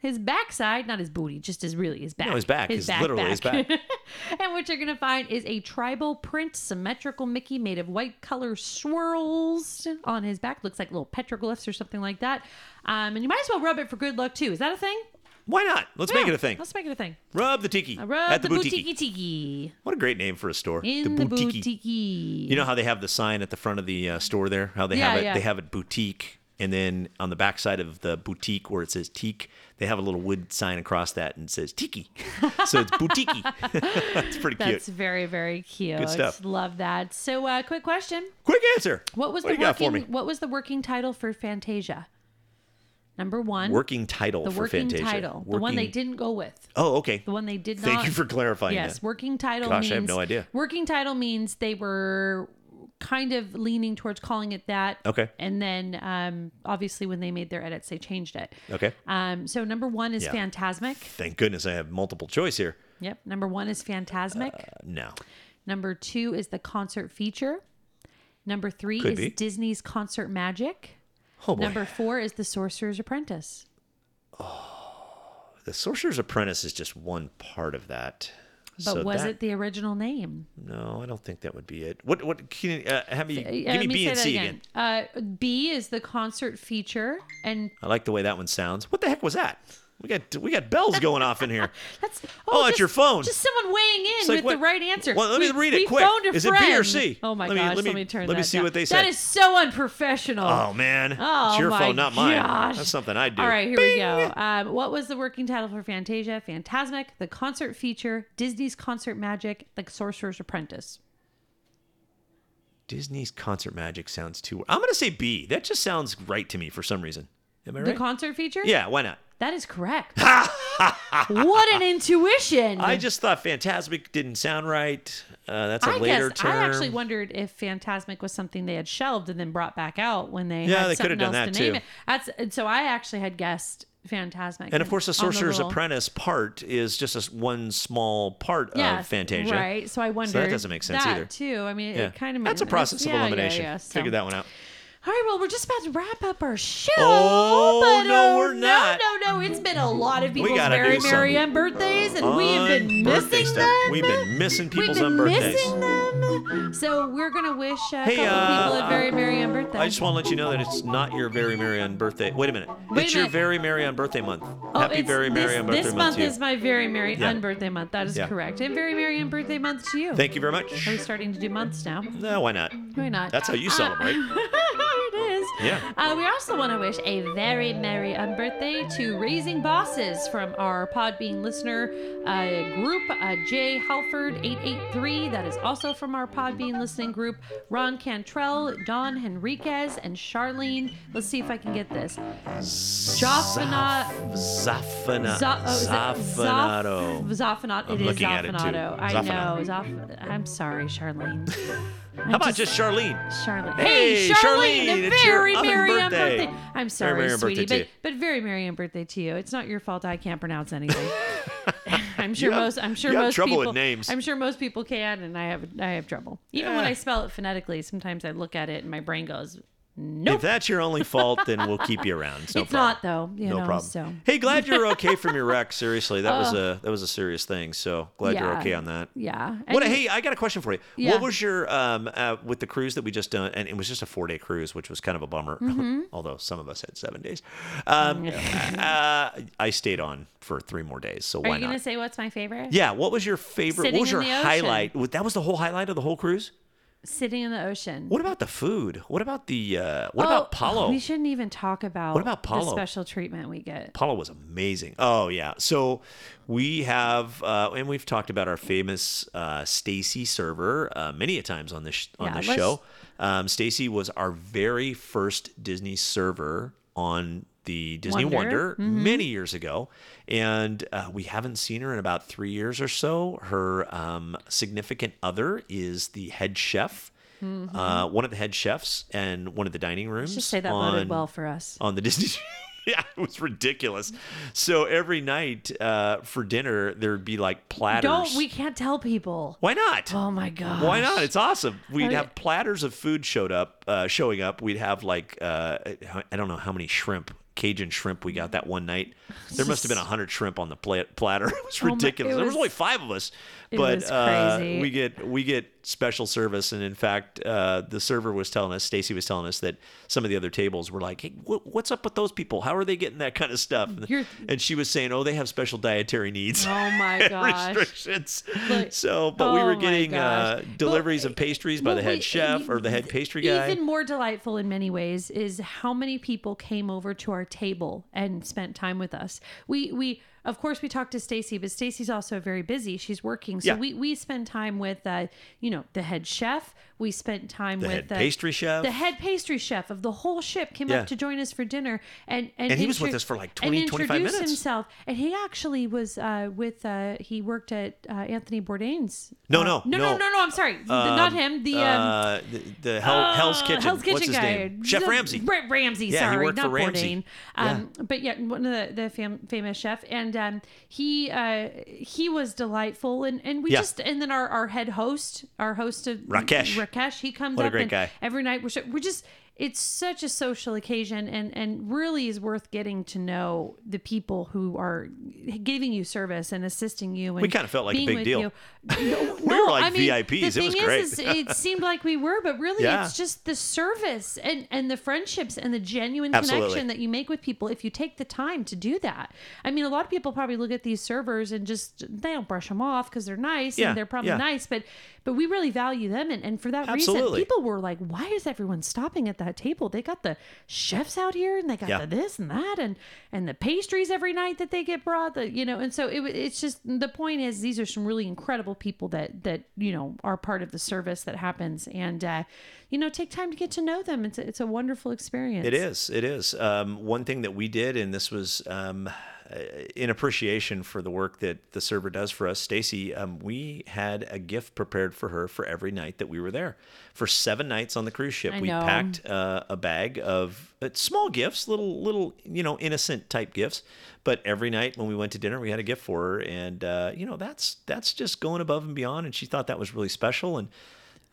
[SPEAKER 3] His backside, not his booty, just his really his back.
[SPEAKER 2] No, his back is literally his back.
[SPEAKER 3] and what you're gonna find is a tribal print symmetrical Mickey made of white color swirls on his back. Looks like little petroglyphs or something like that. Um, and you might as well rub it for good luck too. Is that a thing?
[SPEAKER 2] Why not? Let's make
[SPEAKER 3] Yeah,
[SPEAKER 2] it a thing.
[SPEAKER 3] Let's make it a thing.
[SPEAKER 2] Rub the tiki
[SPEAKER 3] I rub
[SPEAKER 2] at the,
[SPEAKER 3] the,
[SPEAKER 2] boutique.
[SPEAKER 3] boutique tiki
[SPEAKER 2] What a great name for a store.
[SPEAKER 3] in the
[SPEAKER 2] the
[SPEAKER 3] boutique.
[SPEAKER 2] boutique. You know how they have the sign at the front of the uh, store there? How they
[SPEAKER 3] Yeah,
[SPEAKER 2] have it?
[SPEAKER 3] yeah.
[SPEAKER 2] They have it boutique, and then on the backside of the boutique where it says teak, they have a little wood sign across that and it says tiki. so it's boutique. That's pretty
[SPEAKER 3] That's
[SPEAKER 2] cute.
[SPEAKER 3] very very cute.
[SPEAKER 2] Good stuff.
[SPEAKER 3] Love that. So, uh, quick question:
[SPEAKER 2] Quick answer.
[SPEAKER 3] What was
[SPEAKER 2] what
[SPEAKER 3] the
[SPEAKER 2] do you got for
[SPEAKER 3] working?
[SPEAKER 2] me?
[SPEAKER 3] What was the working title for Fantasia? Number one,
[SPEAKER 2] Working title
[SPEAKER 3] the
[SPEAKER 2] for
[SPEAKER 3] working
[SPEAKER 2] Fantasia.
[SPEAKER 3] title, the one they
[SPEAKER 2] Working-
[SPEAKER 3] didn't go with,
[SPEAKER 2] Oh, okay.
[SPEAKER 3] the one they did
[SPEAKER 2] Thank
[SPEAKER 3] not.
[SPEAKER 2] you for clarifying
[SPEAKER 3] Yes,
[SPEAKER 2] that.
[SPEAKER 3] working title.
[SPEAKER 2] Gosh, I
[SPEAKER 3] means,
[SPEAKER 2] have no idea.
[SPEAKER 3] Working title means they were kind of leaning towards calling it that.
[SPEAKER 2] Okay.
[SPEAKER 3] And then, um, obviously, when they made their edits, they changed it.
[SPEAKER 2] Okay.
[SPEAKER 3] Um, so number one is
[SPEAKER 2] Yeah.
[SPEAKER 3] Phantasmic.
[SPEAKER 2] Thank goodness I have multiple choice here.
[SPEAKER 3] Yep. Number one is Phantasmic.
[SPEAKER 2] No.
[SPEAKER 3] Number two is the concert feature. Number three
[SPEAKER 2] Could
[SPEAKER 3] is
[SPEAKER 2] be.
[SPEAKER 3] Disney's Concert Magic.
[SPEAKER 2] Oh boy.
[SPEAKER 3] Number four is the Sorcerer's Apprentice.
[SPEAKER 2] The Sorcerer's Apprentice is just one part of that.
[SPEAKER 3] But was it the original name?
[SPEAKER 2] No, I don't think that would be it. What? What? Can you, uh, have me? give
[SPEAKER 3] Uh,
[SPEAKER 2] me
[SPEAKER 3] let
[SPEAKER 2] B
[SPEAKER 3] say
[SPEAKER 2] and
[SPEAKER 3] that
[SPEAKER 2] C again.
[SPEAKER 3] Uh, B is the concert feature, and
[SPEAKER 2] I like the way that one sounds. What the heck was that? We got we got bells going off in here.
[SPEAKER 3] that's oh,
[SPEAKER 2] Oh, it's
[SPEAKER 3] just-
[SPEAKER 2] your phone.
[SPEAKER 3] Just someone weighing
[SPEAKER 2] like,
[SPEAKER 3] in with
[SPEAKER 2] what-
[SPEAKER 3] the right answer.
[SPEAKER 2] well, let me
[SPEAKER 3] We-
[SPEAKER 2] read it
[SPEAKER 3] we
[SPEAKER 2] quick.
[SPEAKER 3] phoned a
[SPEAKER 2] Is it B or
[SPEAKER 3] friend.
[SPEAKER 2] C?
[SPEAKER 3] Oh my
[SPEAKER 2] Let me-
[SPEAKER 3] gosh,
[SPEAKER 2] let
[SPEAKER 3] let me,
[SPEAKER 2] me-
[SPEAKER 3] turn.
[SPEAKER 2] let me
[SPEAKER 3] that
[SPEAKER 2] see
[SPEAKER 3] down.
[SPEAKER 2] what they
[SPEAKER 3] That
[SPEAKER 2] say.
[SPEAKER 3] is so unprofessional.
[SPEAKER 2] Oh man,
[SPEAKER 3] Oh,
[SPEAKER 2] it's your
[SPEAKER 3] my
[SPEAKER 2] phone, not mine.
[SPEAKER 3] gosh.
[SPEAKER 2] That's something I do.
[SPEAKER 3] All right, here we go. Um, what was the working title for Fantasia? Phantasmic, the concert feature, Disney's concert magic, the Sorcerer's Apprentice.
[SPEAKER 2] Disney's concert magic sounds too. I'm gonna say B. That just sounds right to me for some reason. Am I
[SPEAKER 3] The
[SPEAKER 2] right?
[SPEAKER 3] concert feature?
[SPEAKER 2] yeah, why not?
[SPEAKER 3] That is correct. what an intuition.
[SPEAKER 2] I just thought Fantasmic didn't sound right. Uh, that's a
[SPEAKER 3] I
[SPEAKER 2] later
[SPEAKER 3] guess
[SPEAKER 2] term.
[SPEAKER 3] I actually wondered if Phantasmic was something they had shelved and then brought back out when they
[SPEAKER 2] Yeah,
[SPEAKER 3] had
[SPEAKER 2] they could have
[SPEAKER 3] something
[SPEAKER 2] done
[SPEAKER 3] else
[SPEAKER 2] that
[SPEAKER 3] to name
[SPEAKER 2] too.
[SPEAKER 3] it. That's and so I actually had guessed Phantasmic.
[SPEAKER 2] and of course, the
[SPEAKER 3] on
[SPEAKER 2] Sorcerer's
[SPEAKER 3] little-
[SPEAKER 2] Apprentice part is just a s one small part of
[SPEAKER 3] Yes,
[SPEAKER 2] Fantasia.
[SPEAKER 3] Right. So I wondered
[SPEAKER 2] doesn't make sense
[SPEAKER 3] that,
[SPEAKER 2] either.
[SPEAKER 3] too. I mean,
[SPEAKER 2] Yeah.
[SPEAKER 3] it kind of
[SPEAKER 2] That's a process of elimination.
[SPEAKER 3] Yeah, yeah, so.
[SPEAKER 2] Figure that one out.
[SPEAKER 3] All right, well, we're just about to wrap up our show.
[SPEAKER 2] Oh,
[SPEAKER 3] but,
[SPEAKER 2] no,
[SPEAKER 3] uh,
[SPEAKER 2] we're not.
[SPEAKER 3] No, no, no. It's been a lot of people's
[SPEAKER 2] gotta
[SPEAKER 3] very
[SPEAKER 2] do
[SPEAKER 3] merry
[SPEAKER 2] something.
[SPEAKER 3] birthdays, and we have been
[SPEAKER 2] On birthday
[SPEAKER 3] missing
[SPEAKER 2] stuff.
[SPEAKER 3] them.
[SPEAKER 2] We've been missing
[SPEAKER 3] We've
[SPEAKER 2] people's
[SPEAKER 3] been
[SPEAKER 2] on birthdays.
[SPEAKER 3] missing them. So we're gonna wish uh, a
[SPEAKER 2] Hey,
[SPEAKER 3] couple
[SPEAKER 2] uh,
[SPEAKER 3] people a very merry on birthday.
[SPEAKER 2] I just want to let you know that it's not your very merry on birthday. Wait a minute.
[SPEAKER 3] Wait a
[SPEAKER 2] it's your
[SPEAKER 3] minute.
[SPEAKER 2] very merry on birthday month.
[SPEAKER 3] Oh,
[SPEAKER 2] Happy
[SPEAKER 3] it's
[SPEAKER 2] very merry
[SPEAKER 3] this,
[SPEAKER 2] on birthday
[SPEAKER 3] This
[SPEAKER 2] month
[SPEAKER 3] month
[SPEAKER 2] to you.
[SPEAKER 3] is my very merry
[SPEAKER 2] Yeah.
[SPEAKER 3] on birthday month. That is
[SPEAKER 2] Yeah.
[SPEAKER 3] correct. And very merry on birthday month to you.
[SPEAKER 2] Thank
[SPEAKER 3] Oh,
[SPEAKER 2] you very much.
[SPEAKER 3] Are we starting to do months now?
[SPEAKER 2] No, why not?
[SPEAKER 3] Why not?
[SPEAKER 2] That's how you
[SPEAKER 3] Uh,
[SPEAKER 2] celebrate.
[SPEAKER 3] it is.
[SPEAKER 2] Yeah.
[SPEAKER 3] Uh, we also want to wish a very merry um, birthday to Raising Bosses from our Podbean listener uh, group, uh, Jay Halford 883. That is also from our Podbean listening group. Ron Cantrell, Don Henriquez, and Charlene. Let's see if I can get this.
[SPEAKER 2] Uh,
[SPEAKER 3] Joffina.
[SPEAKER 2] Zafana.
[SPEAKER 3] Zo- oh, is it
[SPEAKER 2] Zafanado.
[SPEAKER 3] Zof- Zafinato. It
[SPEAKER 2] I'm
[SPEAKER 3] is
[SPEAKER 2] looking at it, too.
[SPEAKER 3] Zafinato. I
[SPEAKER 2] Zafinato.
[SPEAKER 3] know. Zof- I'm sorry, Charlene.
[SPEAKER 2] How about just Charlene?
[SPEAKER 3] Charlene.
[SPEAKER 2] Hey,
[SPEAKER 3] Hey, Charlene,
[SPEAKER 2] Charlene,
[SPEAKER 3] a
[SPEAKER 2] it's your
[SPEAKER 3] very
[SPEAKER 2] other
[SPEAKER 3] merry um,
[SPEAKER 2] birthday.
[SPEAKER 3] birthday. I'm sorry,
[SPEAKER 2] merry um,
[SPEAKER 3] sweetie,
[SPEAKER 2] birthday to
[SPEAKER 3] but, but very merry um, birthday to you. It's not your fault. I can't pronounce anything. I'm sure
[SPEAKER 2] You have-
[SPEAKER 3] most. I'm sure
[SPEAKER 2] you have
[SPEAKER 3] most
[SPEAKER 2] trouble with
[SPEAKER 3] people.
[SPEAKER 2] names.
[SPEAKER 3] I'm sure most people can, and I have. I have trouble. Even when
[SPEAKER 2] Yeah.
[SPEAKER 3] I spell it phonetically, sometimes I look at it and my brain goes,
[SPEAKER 2] If that's your only fault, then we'll keep you around. It's, no
[SPEAKER 3] "It's
[SPEAKER 2] problem.
[SPEAKER 3] not though." You
[SPEAKER 2] No
[SPEAKER 3] know,
[SPEAKER 2] problem.
[SPEAKER 3] So.
[SPEAKER 2] Hey, glad you're okay from your wreck. Seriously, that was a that was a serious thing. So glad you're
[SPEAKER 3] Yeah.
[SPEAKER 2] okay on that.
[SPEAKER 3] Yeah.
[SPEAKER 2] What?
[SPEAKER 3] And-
[SPEAKER 2] hey, I got a question for you.
[SPEAKER 3] Yeah.
[SPEAKER 2] What was your um uh, with the cruise that we just done? And it was just a four day cruise, which was kind of a bummer.
[SPEAKER 3] Mm-hmm.
[SPEAKER 2] Although some of us had seven days. Um, uh, I stayed on for three more days, so
[SPEAKER 3] Are
[SPEAKER 2] why
[SPEAKER 3] you gonna
[SPEAKER 2] not?
[SPEAKER 3] say what's my favorite?
[SPEAKER 2] yeah. What was your favorite?
[SPEAKER 3] Sitting
[SPEAKER 2] what was
[SPEAKER 3] in
[SPEAKER 2] your
[SPEAKER 3] the ocean.
[SPEAKER 2] highlight? Wa- That was the whole highlight of the whole cruise.
[SPEAKER 3] Sitting in the ocean.
[SPEAKER 2] What about the food? What about the? Uh, what
[SPEAKER 3] Oh,
[SPEAKER 2] about Paulo?
[SPEAKER 3] We shouldn't even talk about
[SPEAKER 2] What about Paulo?
[SPEAKER 3] the special treatment we get.
[SPEAKER 2] Paula was amazing. Oh yeah. So we have, uh, and we've talked about our famous uh, Stacy server uh, many a times on this sh- on
[SPEAKER 3] Yeah,
[SPEAKER 2] this
[SPEAKER 3] let's-
[SPEAKER 2] show. Um, Stacy was our very first Disney server on the Disney
[SPEAKER 3] Wonder. Mm-hmm.
[SPEAKER 2] Wonder many years ago, and uh, we haven't seen her in about three years or so. Her um, significant other is the head chef. Uh, one of the head chefs and one of the dining rooms.
[SPEAKER 3] Mm-hmm. Let's just say that boded
[SPEAKER 2] on-
[SPEAKER 3] well for us.
[SPEAKER 2] on the Disney. yeah, it was ridiculous. So every night uh, for dinner, there'd be like platters.
[SPEAKER 3] Don't we can't tell people.
[SPEAKER 2] Why not?
[SPEAKER 3] Oh my god.
[SPEAKER 2] Why not? It's awesome. We'd
[SPEAKER 3] Okay.
[SPEAKER 2] have platters of food showed up, uh, showing up. We'd have like uh, I don't know how many shrimp, Cajun shrimp we got that one night. There must have been a hundred shrimp on the pla- platter. It was
[SPEAKER 3] Oh my-
[SPEAKER 2] ridiculous.
[SPEAKER 3] it
[SPEAKER 2] there was
[SPEAKER 3] was-
[SPEAKER 2] only five of us, but
[SPEAKER 3] was
[SPEAKER 2] uh,
[SPEAKER 3] crazy.
[SPEAKER 2] we get we get special service. And in fact, uh, the server was telling us, Stacy was telling us that some of the other tables were like, "Hey, wh- what's up with those people? How are they getting that kind of stuff?" And-
[SPEAKER 3] You're-
[SPEAKER 2] and she was saying, "Oh, they have special dietary needs."
[SPEAKER 3] Oh my
[SPEAKER 2] and
[SPEAKER 3] gosh.
[SPEAKER 2] restrictions.
[SPEAKER 3] But-
[SPEAKER 2] so, but we
[SPEAKER 3] oh
[SPEAKER 2] were
[SPEAKER 3] my
[SPEAKER 2] getting uh,
[SPEAKER 3] gosh. But-
[SPEAKER 2] deliveries of pastries by the
[SPEAKER 3] Well,
[SPEAKER 2] head
[SPEAKER 3] wait,
[SPEAKER 2] chef
[SPEAKER 3] e-
[SPEAKER 2] or the head pastry guy.
[SPEAKER 3] Even more delightful in many ways is how many people came over to our table and spent time with us. We we of course we talked to Stacy, but Stacy's also very busy. She's working, so
[SPEAKER 2] Yeah.
[SPEAKER 3] we we spend time with uh, you know the head chef. We spent time with
[SPEAKER 2] head
[SPEAKER 3] uh,
[SPEAKER 2] pastry chef.
[SPEAKER 3] The head pastry chef of the whole ship came
[SPEAKER 2] Yeah.
[SPEAKER 3] up to join us for dinner, and and,
[SPEAKER 2] And he was with us for like 20,
[SPEAKER 3] and
[SPEAKER 2] 25
[SPEAKER 3] introduced
[SPEAKER 2] minutes.
[SPEAKER 3] Himself, and he actually was uh, with uh, he worked at uh, Anthony Bourdain's.
[SPEAKER 2] No,
[SPEAKER 3] uh,
[SPEAKER 2] no,
[SPEAKER 3] no, no,
[SPEAKER 2] no.
[SPEAKER 3] no, no. I'm sorry, not him. The um,
[SPEAKER 2] uh, the, the Hell, Hell's Kitchen.
[SPEAKER 3] Uh, Hell's Kitchen
[SPEAKER 2] What's his
[SPEAKER 3] guy.
[SPEAKER 2] name? Chef
[SPEAKER 3] Z-
[SPEAKER 2] Ramsey.
[SPEAKER 3] Ra- Ramsey,
[SPEAKER 2] Yeah, he
[SPEAKER 3] sorry,
[SPEAKER 2] worked
[SPEAKER 3] not
[SPEAKER 2] for Ramsey.
[SPEAKER 3] Bourdain. Um, But yeah, one of the, the fam- famous chef, and um, he uh, he was delightful, and and we
[SPEAKER 2] Yeah.
[SPEAKER 3] just and then our, our head host, our host of
[SPEAKER 2] Rakesh.
[SPEAKER 3] Rakesh, he comes
[SPEAKER 2] What a
[SPEAKER 3] up
[SPEAKER 2] great
[SPEAKER 3] and
[SPEAKER 2] guy.
[SPEAKER 3] every night we're so- we're just. It's such a social occasion, and and really is worth getting to know the people who are giving you service and assisting you. And
[SPEAKER 2] We kinda felt like a
[SPEAKER 3] being
[SPEAKER 2] big
[SPEAKER 3] with
[SPEAKER 2] deal.
[SPEAKER 3] you. No,
[SPEAKER 2] were
[SPEAKER 3] no,
[SPEAKER 2] like
[SPEAKER 3] I mean,
[SPEAKER 2] VIPs. It was
[SPEAKER 3] The thing
[SPEAKER 2] great.
[SPEAKER 3] is, is it seemed like we were, but really,
[SPEAKER 2] Yeah.
[SPEAKER 3] it's just the service and and the friendships and the genuine
[SPEAKER 2] Absolutely.
[SPEAKER 3] connection that you make with people if you take the time to do that. I mean, a lot of people probably look at these servers and just they don't brush them off because they're nice
[SPEAKER 2] Yeah,
[SPEAKER 3] and they're probably
[SPEAKER 2] yeah.
[SPEAKER 3] nice, but but we really value them, and and for that reason,
[SPEAKER 2] Absolutely.
[SPEAKER 3] people were like, why is everyone stopping at that table? They got the chefs out here, and they got
[SPEAKER 2] Yeah.
[SPEAKER 3] the this and that, and and the pastries every night that they get brought. The you know, and so it, wa- it's just the point is these are some really incredible people that that you know are part of the service that happens, and uh, you know, take time to get to know them. It's a, it's a wonderful experience.
[SPEAKER 2] It is. It is. Um, one thing that we did, and this was um, uh, in appreciation for the work that the server does for us, Stacy, um, we had a gift prepared for her for every night that we were there. For seven nights on the cruise ship,
[SPEAKER 3] I
[SPEAKER 2] we
[SPEAKER 3] know.
[SPEAKER 2] packed uh, a bag of uh, small gifts, little, little, you know, innocent type gifts. But every night when we went to dinner, we had a gift for her, and uh, you know, that's that's just going above and beyond. And she thought that was really special, and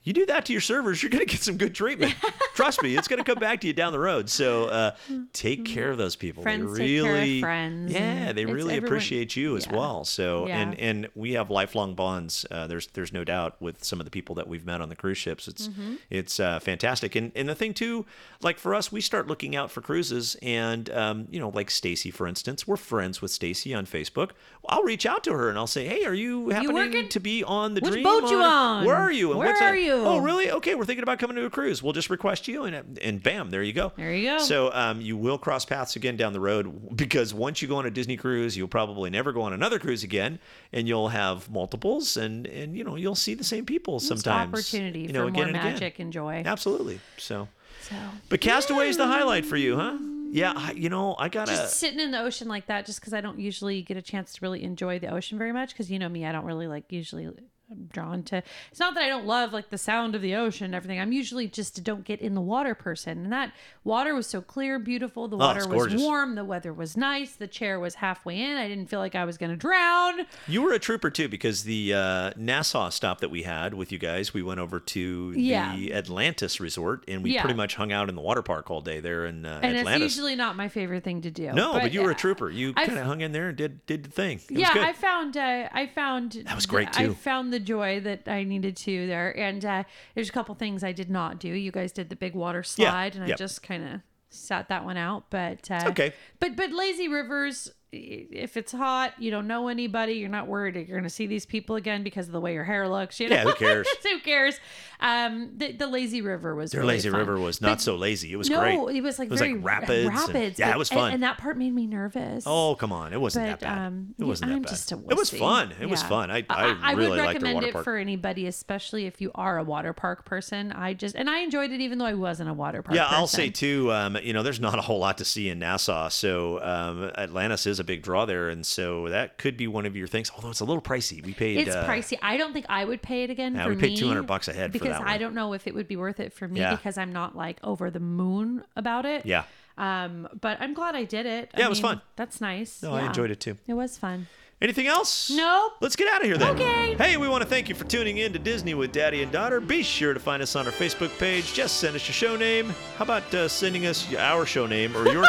[SPEAKER 2] you do that to your servers, you're going to get some good treatment. Trust me, it's going to come back to you down the road. So uh, take care of those people.
[SPEAKER 3] Mm-hmm. Friends
[SPEAKER 2] they
[SPEAKER 3] take care
[SPEAKER 2] really,
[SPEAKER 3] of friends,
[SPEAKER 2] yeah,
[SPEAKER 3] and
[SPEAKER 2] they
[SPEAKER 3] it's
[SPEAKER 2] really
[SPEAKER 3] everyone-
[SPEAKER 2] appreciate you as well. So
[SPEAKER 3] Yeah.
[SPEAKER 2] and and we have lifelong bonds. Uh, there's there's no doubt with some of the people that we've met on the cruise ships. It's
[SPEAKER 3] Mm-hmm.
[SPEAKER 2] it's uh, fantastic. And and the thing too, like for us, we start looking out for cruises, and um, you know, like Stacy, for instance, we're friends with Stacy on Facebook. I'll reach out to her and I'll say, hey, are you happening
[SPEAKER 3] working?
[SPEAKER 2] to be on the
[SPEAKER 3] Which
[SPEAKER 2] Dream?
[SPEAKER 3] boat you
[SPEAKER 2] on-
[SPEAKER 3] on?
[SPEAKER 2] Where are you? And
[SPEAKER 3] Where
[SPEAKER 2] what's
[SPEAKER 3] are
[SPEAKER 2] that-
[SPEAKER 3] you?
[SPEAKER 2] Oh, really? Okay, we're thinking about coming to a cruise. We'll just request you, and and bam, there you go.
[SPEAKER 3] There you go.
[SPEAKER 2] So um, you will cross paths again down the road because once you go on a Disney cruise, you'll probably never go on another cruise again, and you'll have multiples, and and you know you'll see the same people
[SPEAKER 3] Just
[SPEAKER 2] sometimes.
[SPEAKER 3] opportunity
[SPEAKER 2] you know,
[SPEAKER 3] for
[SPEAKER 2] again
[SPEAKER 3] more
[SPEAKER 2] and again.
[SPEAKER 3] magic and joy.
[SPEAKER 2] Absolutely. So,
[SPEAKER 3] So
[SPEAKER 2] but Castaway is the highlight for you, huh? Yeah, I, you know I gotta.
[SPEAKER 3] just sitting in the ocean like that, just because I don't usually get a chance to really enjoy the ocean very much, because you know me, I don't really like usually. I'm drawn to. It's not that I don't love like the sound of the ocean and everything. I'm usually just a don't get in the water person, and that water was so clear, beautiful. The water
[SPEAKER 2] Oh, it's
[SPEAKER 3] was
[SPEAKER 2] gorgeous.
[SPEAKER 3] warm. The weather was nice. The chair was halfway in. I didn't feel like I was gonna drown.
[SPEAKER 2] You were a trooper too, because the uh, Nassau stop that we had with you guys, we went over to
[SPEAKER 3] Yeah.
[SPEAKER 2] the Atlantis Resort, and we
[SPEAKER 3] Yeah.
[SPEAKER 2] pretty much hung out in the water park all day there in uh,
[SPEAKER 3] And
[SPEAKER 2] Atlantis.
[SPEAKER 3] it's usually not my favorite thing to do.
[SPEAKER 2] no, but, you were a
[SPEAKER 3] uh,
[SPEAKER 2] trooper. You
[SPEAKER 3] I've-
[SPEAKER 2] kind of hung in there and did did the thing. It
[SPEAKER 3] yeah,
[SPEAKER 2] was good.
[SPEAKER 3] I found uh, I found that
[SPEAKER 2] was great,
[SPEAKER 3] I
[SPEAKER 2] too.
[SPEAKER 3] found the joy that I needed to there, and uh, there's a couple things I did not do. You guys did the big water
[SPEAKER 2] Yeah,
[SPEAKER 3] slide, and I
[SPEAKER 2] yep.
[SPEAKER 3] just kind of sat that one out. But uh,
[SPEAKER 2] okay.
[SPEAKER 3] But but lazy rivers, i- if it's hot, you don't know anybody. You're not worried that you're going to see these people again because of the way your hair looks. You know?
[SPEAKER 2] Yeah, who cares?
[SPEAKER 3] who cares? Um, the, the lazy river was
[SPEAKER 2] Their
[SPEAKER 3] really
[SPEAKER 2] lazy
[SPEAKER 3] fun.
[SPEAKER 2] river was not so lazy. It was
[SPEAKER 3] no,
[SPEAKER 2] great.
[SPEAKER 3] it was like
[SPEAKER 2] it was
[SPEAKER 3] very
[SPEAKER 2] like rapids. and-
[SPEAKER 3] rapids,
[SPEAKER 2] yeah,
[SPEAKER 3] but-
[SPEAKER 2] it was
[SPEAKER 3] and-
[SPEAKER 2] fun.
[SPEAKER 3] And, that part made me nervous.
[SPEAKER 2] Oh come on! It wasn't
[SPEAKER 3] But,
[SPEAKER 2] that bad.
[SPEAKER 3] um,
[SPEAKER 2] it
[SPEAKER 3] yeah,
[SPEAKER 2] wasn't
[SPEAKER 3] I'm
[SPEAKER 2] that bad.
[SPEAKER 3] just a
[SPEAKER 2] it was
[SPEAKER 3] wussy.
[SPEAKER 2] fun. It was
[SPEAKER 3] Yeah.
[SPEAKER 2] fun. I, I, really
[SPEAKER 3] would
[SPEAKER 2] liked the
[SPEAKER 3] recommend
[SPEAKER 2] water
[SPEAKER 3] it
[SPEAKER 2] park.
[SPEAKER 3] for anybody, especially if you are a water park person. I just and I enjoyed it even though I wasn't a water park.
[SPEAKER 2] yeah, I'll say
[SPEAKER 3] person.
[SPEAKER 2] too. Um, you know, there's not a whole lot to see in Nassau, so um, Atlantis is a big draw there, and so that could be one of your things. Although it's a little pricey. We paid.
[SPEAKER 3] It's
[SPEAKER 2] uh,
[SPEAKER 3] pricey. I don't think I would pay it again.
[SPEAKER 2] Yeah,
[SPEAKER 3] for
[SPEAKER 2] we paid
[SPEAKER 3] me
[SPEAKER 2] 200 bucks a head for
[SPEAKER 3] because
[SPEAKER 2] that
[SPEAKER 3] I
[SPEAKER 2] one.
[SPEAKER 3] don't know if it would be worth it for me
[SPEAKER 2] Yeah.
[SPEAKER 3] because I'm not like over the moon about it.
[SPEAKER 2] Yeah.
[SPEAKER 3] Um, but I'm glad I did it. I
[SPEAKER 2] Yeah, it was
[SPEAKER 3] mean,
[SPEAKER 2] fun.
[SPEAKER 3] That's nice.
[SPEAKER 2] No, I
[SPEAKER 3] Yeah.
[SPEAKER 2] enjoyed it too.
[SPEAKER 3] It was fun.
[SPEAKER 2] Anything else?
[SPEAKER 3] Nope.
[SPEAKER 2] Let's get out of here then.
[SPEAKER 3] Okay.
[SPEAKER 2] Hey, we want to thank you for tuning in to Disney with Daddy and Daughter. Be sure to find us on our Facebook page. Just send us your show name. How about uh, sending us our show name or your?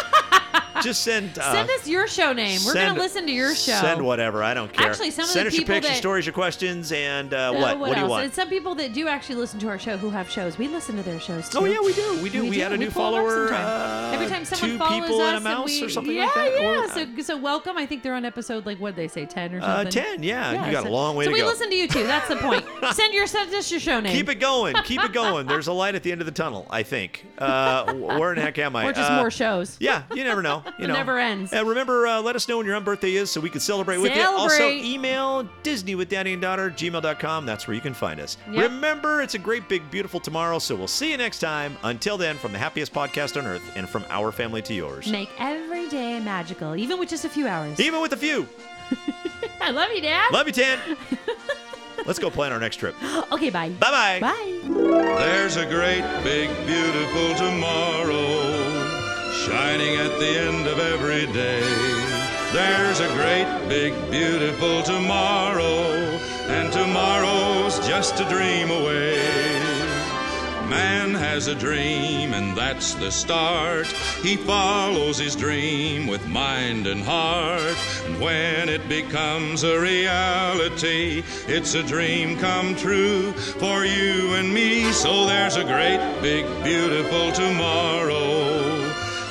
[SPEAKER 2] just send. Uh,
[SPEAKER 3] Send us your show name. We're
[SPEAKER 2] send-
[SPEAKER 3] gonna listen to your show.
[SPEAKER 2] Send whatever. I don't care.
[SPEAKER 3] Actually, some of the
[SPEAKER 2] send us your
[SPEAKER 3] people
[SPEAKER 2] pictures,
[SPEAKER 3] that-
[SPEAKER 2] stories, your questions, and uh,
[SPEAKER 3] Uh,
[SPEAKER 2] what? What, do you
[SPEAKER 3] else?
[SPEAKER 2] want?
[SPEAKER 3] And some people that do actually listen to our show who have shows. We listen to their shows too.
[SPEAKER 2] Oh yeah, we do. We do. We,
[SPEAKER 3] do.
[SPEAKER 2] had a new
[SPEAKER 3] pull them up
[SPEAKER 2] follower.
[SPEAKER 3] sometime.
[SPEAKER 2] Uh,
[SPEAKER 3] Every time someone
[SPEAKER 2] two
[SPEAKER 3] follows
[SPEAKER 2] people
[SPEAKER 3] us
[SPEAKER 2] and a mouse
[SPEAKER 3] we,
[SPEAKER 2] or something
[SPEAKER 3] yeah,
[SPEAKER 2] like that.
[SPEAKER 3] Yeah,
[SPEAKER 2] Or-
[SPEAKER 3] So, so welcome. I think they're on episode like what they say, ten or
[SPEAKER 2] Uh,
[SPEAKER 3] something.
[SPEAKER 2] 10, yeah. You got a
[SPEAKER 3] so-
[SPEAKER 2] long way
[SPEAKER 3] so
[SPEAKER 2] to
[SPEAKER 3] we
[SPEAKER 2] go.
[SPEAKER 3] listen to you too. That's the point. send your send us your show name.
[SPEAKER 2] Keep it going. Keep it going. There's a light at the end of the tunnel, I think. Uh, wh- where in the heck am I?
[SPEAKER 3] Or just
[SPEAKER 2] Uh,
[SPEAKER 3] more shows.
[SPEAKER 2] Yeah, you never know. You
[SPEAKER 3] It
[SPEAKER 2] know.
[SPEAKER 3] never ends.
[SPEAKER 2] Uh, remember, uh, let us know when your own birthday is so we can celebrate, with you. Also,
[SPEAKER 3] Celebrate.
[SPEAKER 2] email Disney with Daddy and Daughter, gmail.com. That's where you can find us.
[SPEAKER 3] Yep.
[SPEAKER 2] Remember, it's a great, big, beautiful tomorrow, so we'll see you next time. Until then, from the happiest podcast on earth and from our family to yours.
[SPEAKER 3] Make every day magical, even with just a few hours.
[SPEAKER 2] Even with a few.
[SPEAKER 3] I love you, Dad.
[SPEAKER 2] Love you, Tan. Let's go plan our next trip. Bye
[SPEAKER 3] okay, bye.
[SPEAKER 2] bye.
[SPEAKER 3] Bye.
[SPEAKER 4] There's a great, big, beautiful tomorrow shining at the end of every day. There's a great, big, beautiful tomorrow, and tomorrow's just a dream away. Man has a dream, and that's the start. He follows his dream with mind and heart. And when it becomes a reality, it's a dream come true for you and me. So there's a great, big, beautiful tomorrow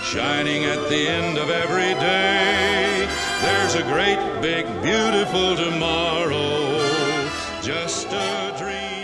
[SPEAKER 4] shining at the end of every day. There's a great, big, beautiful tomorrow, just a dream.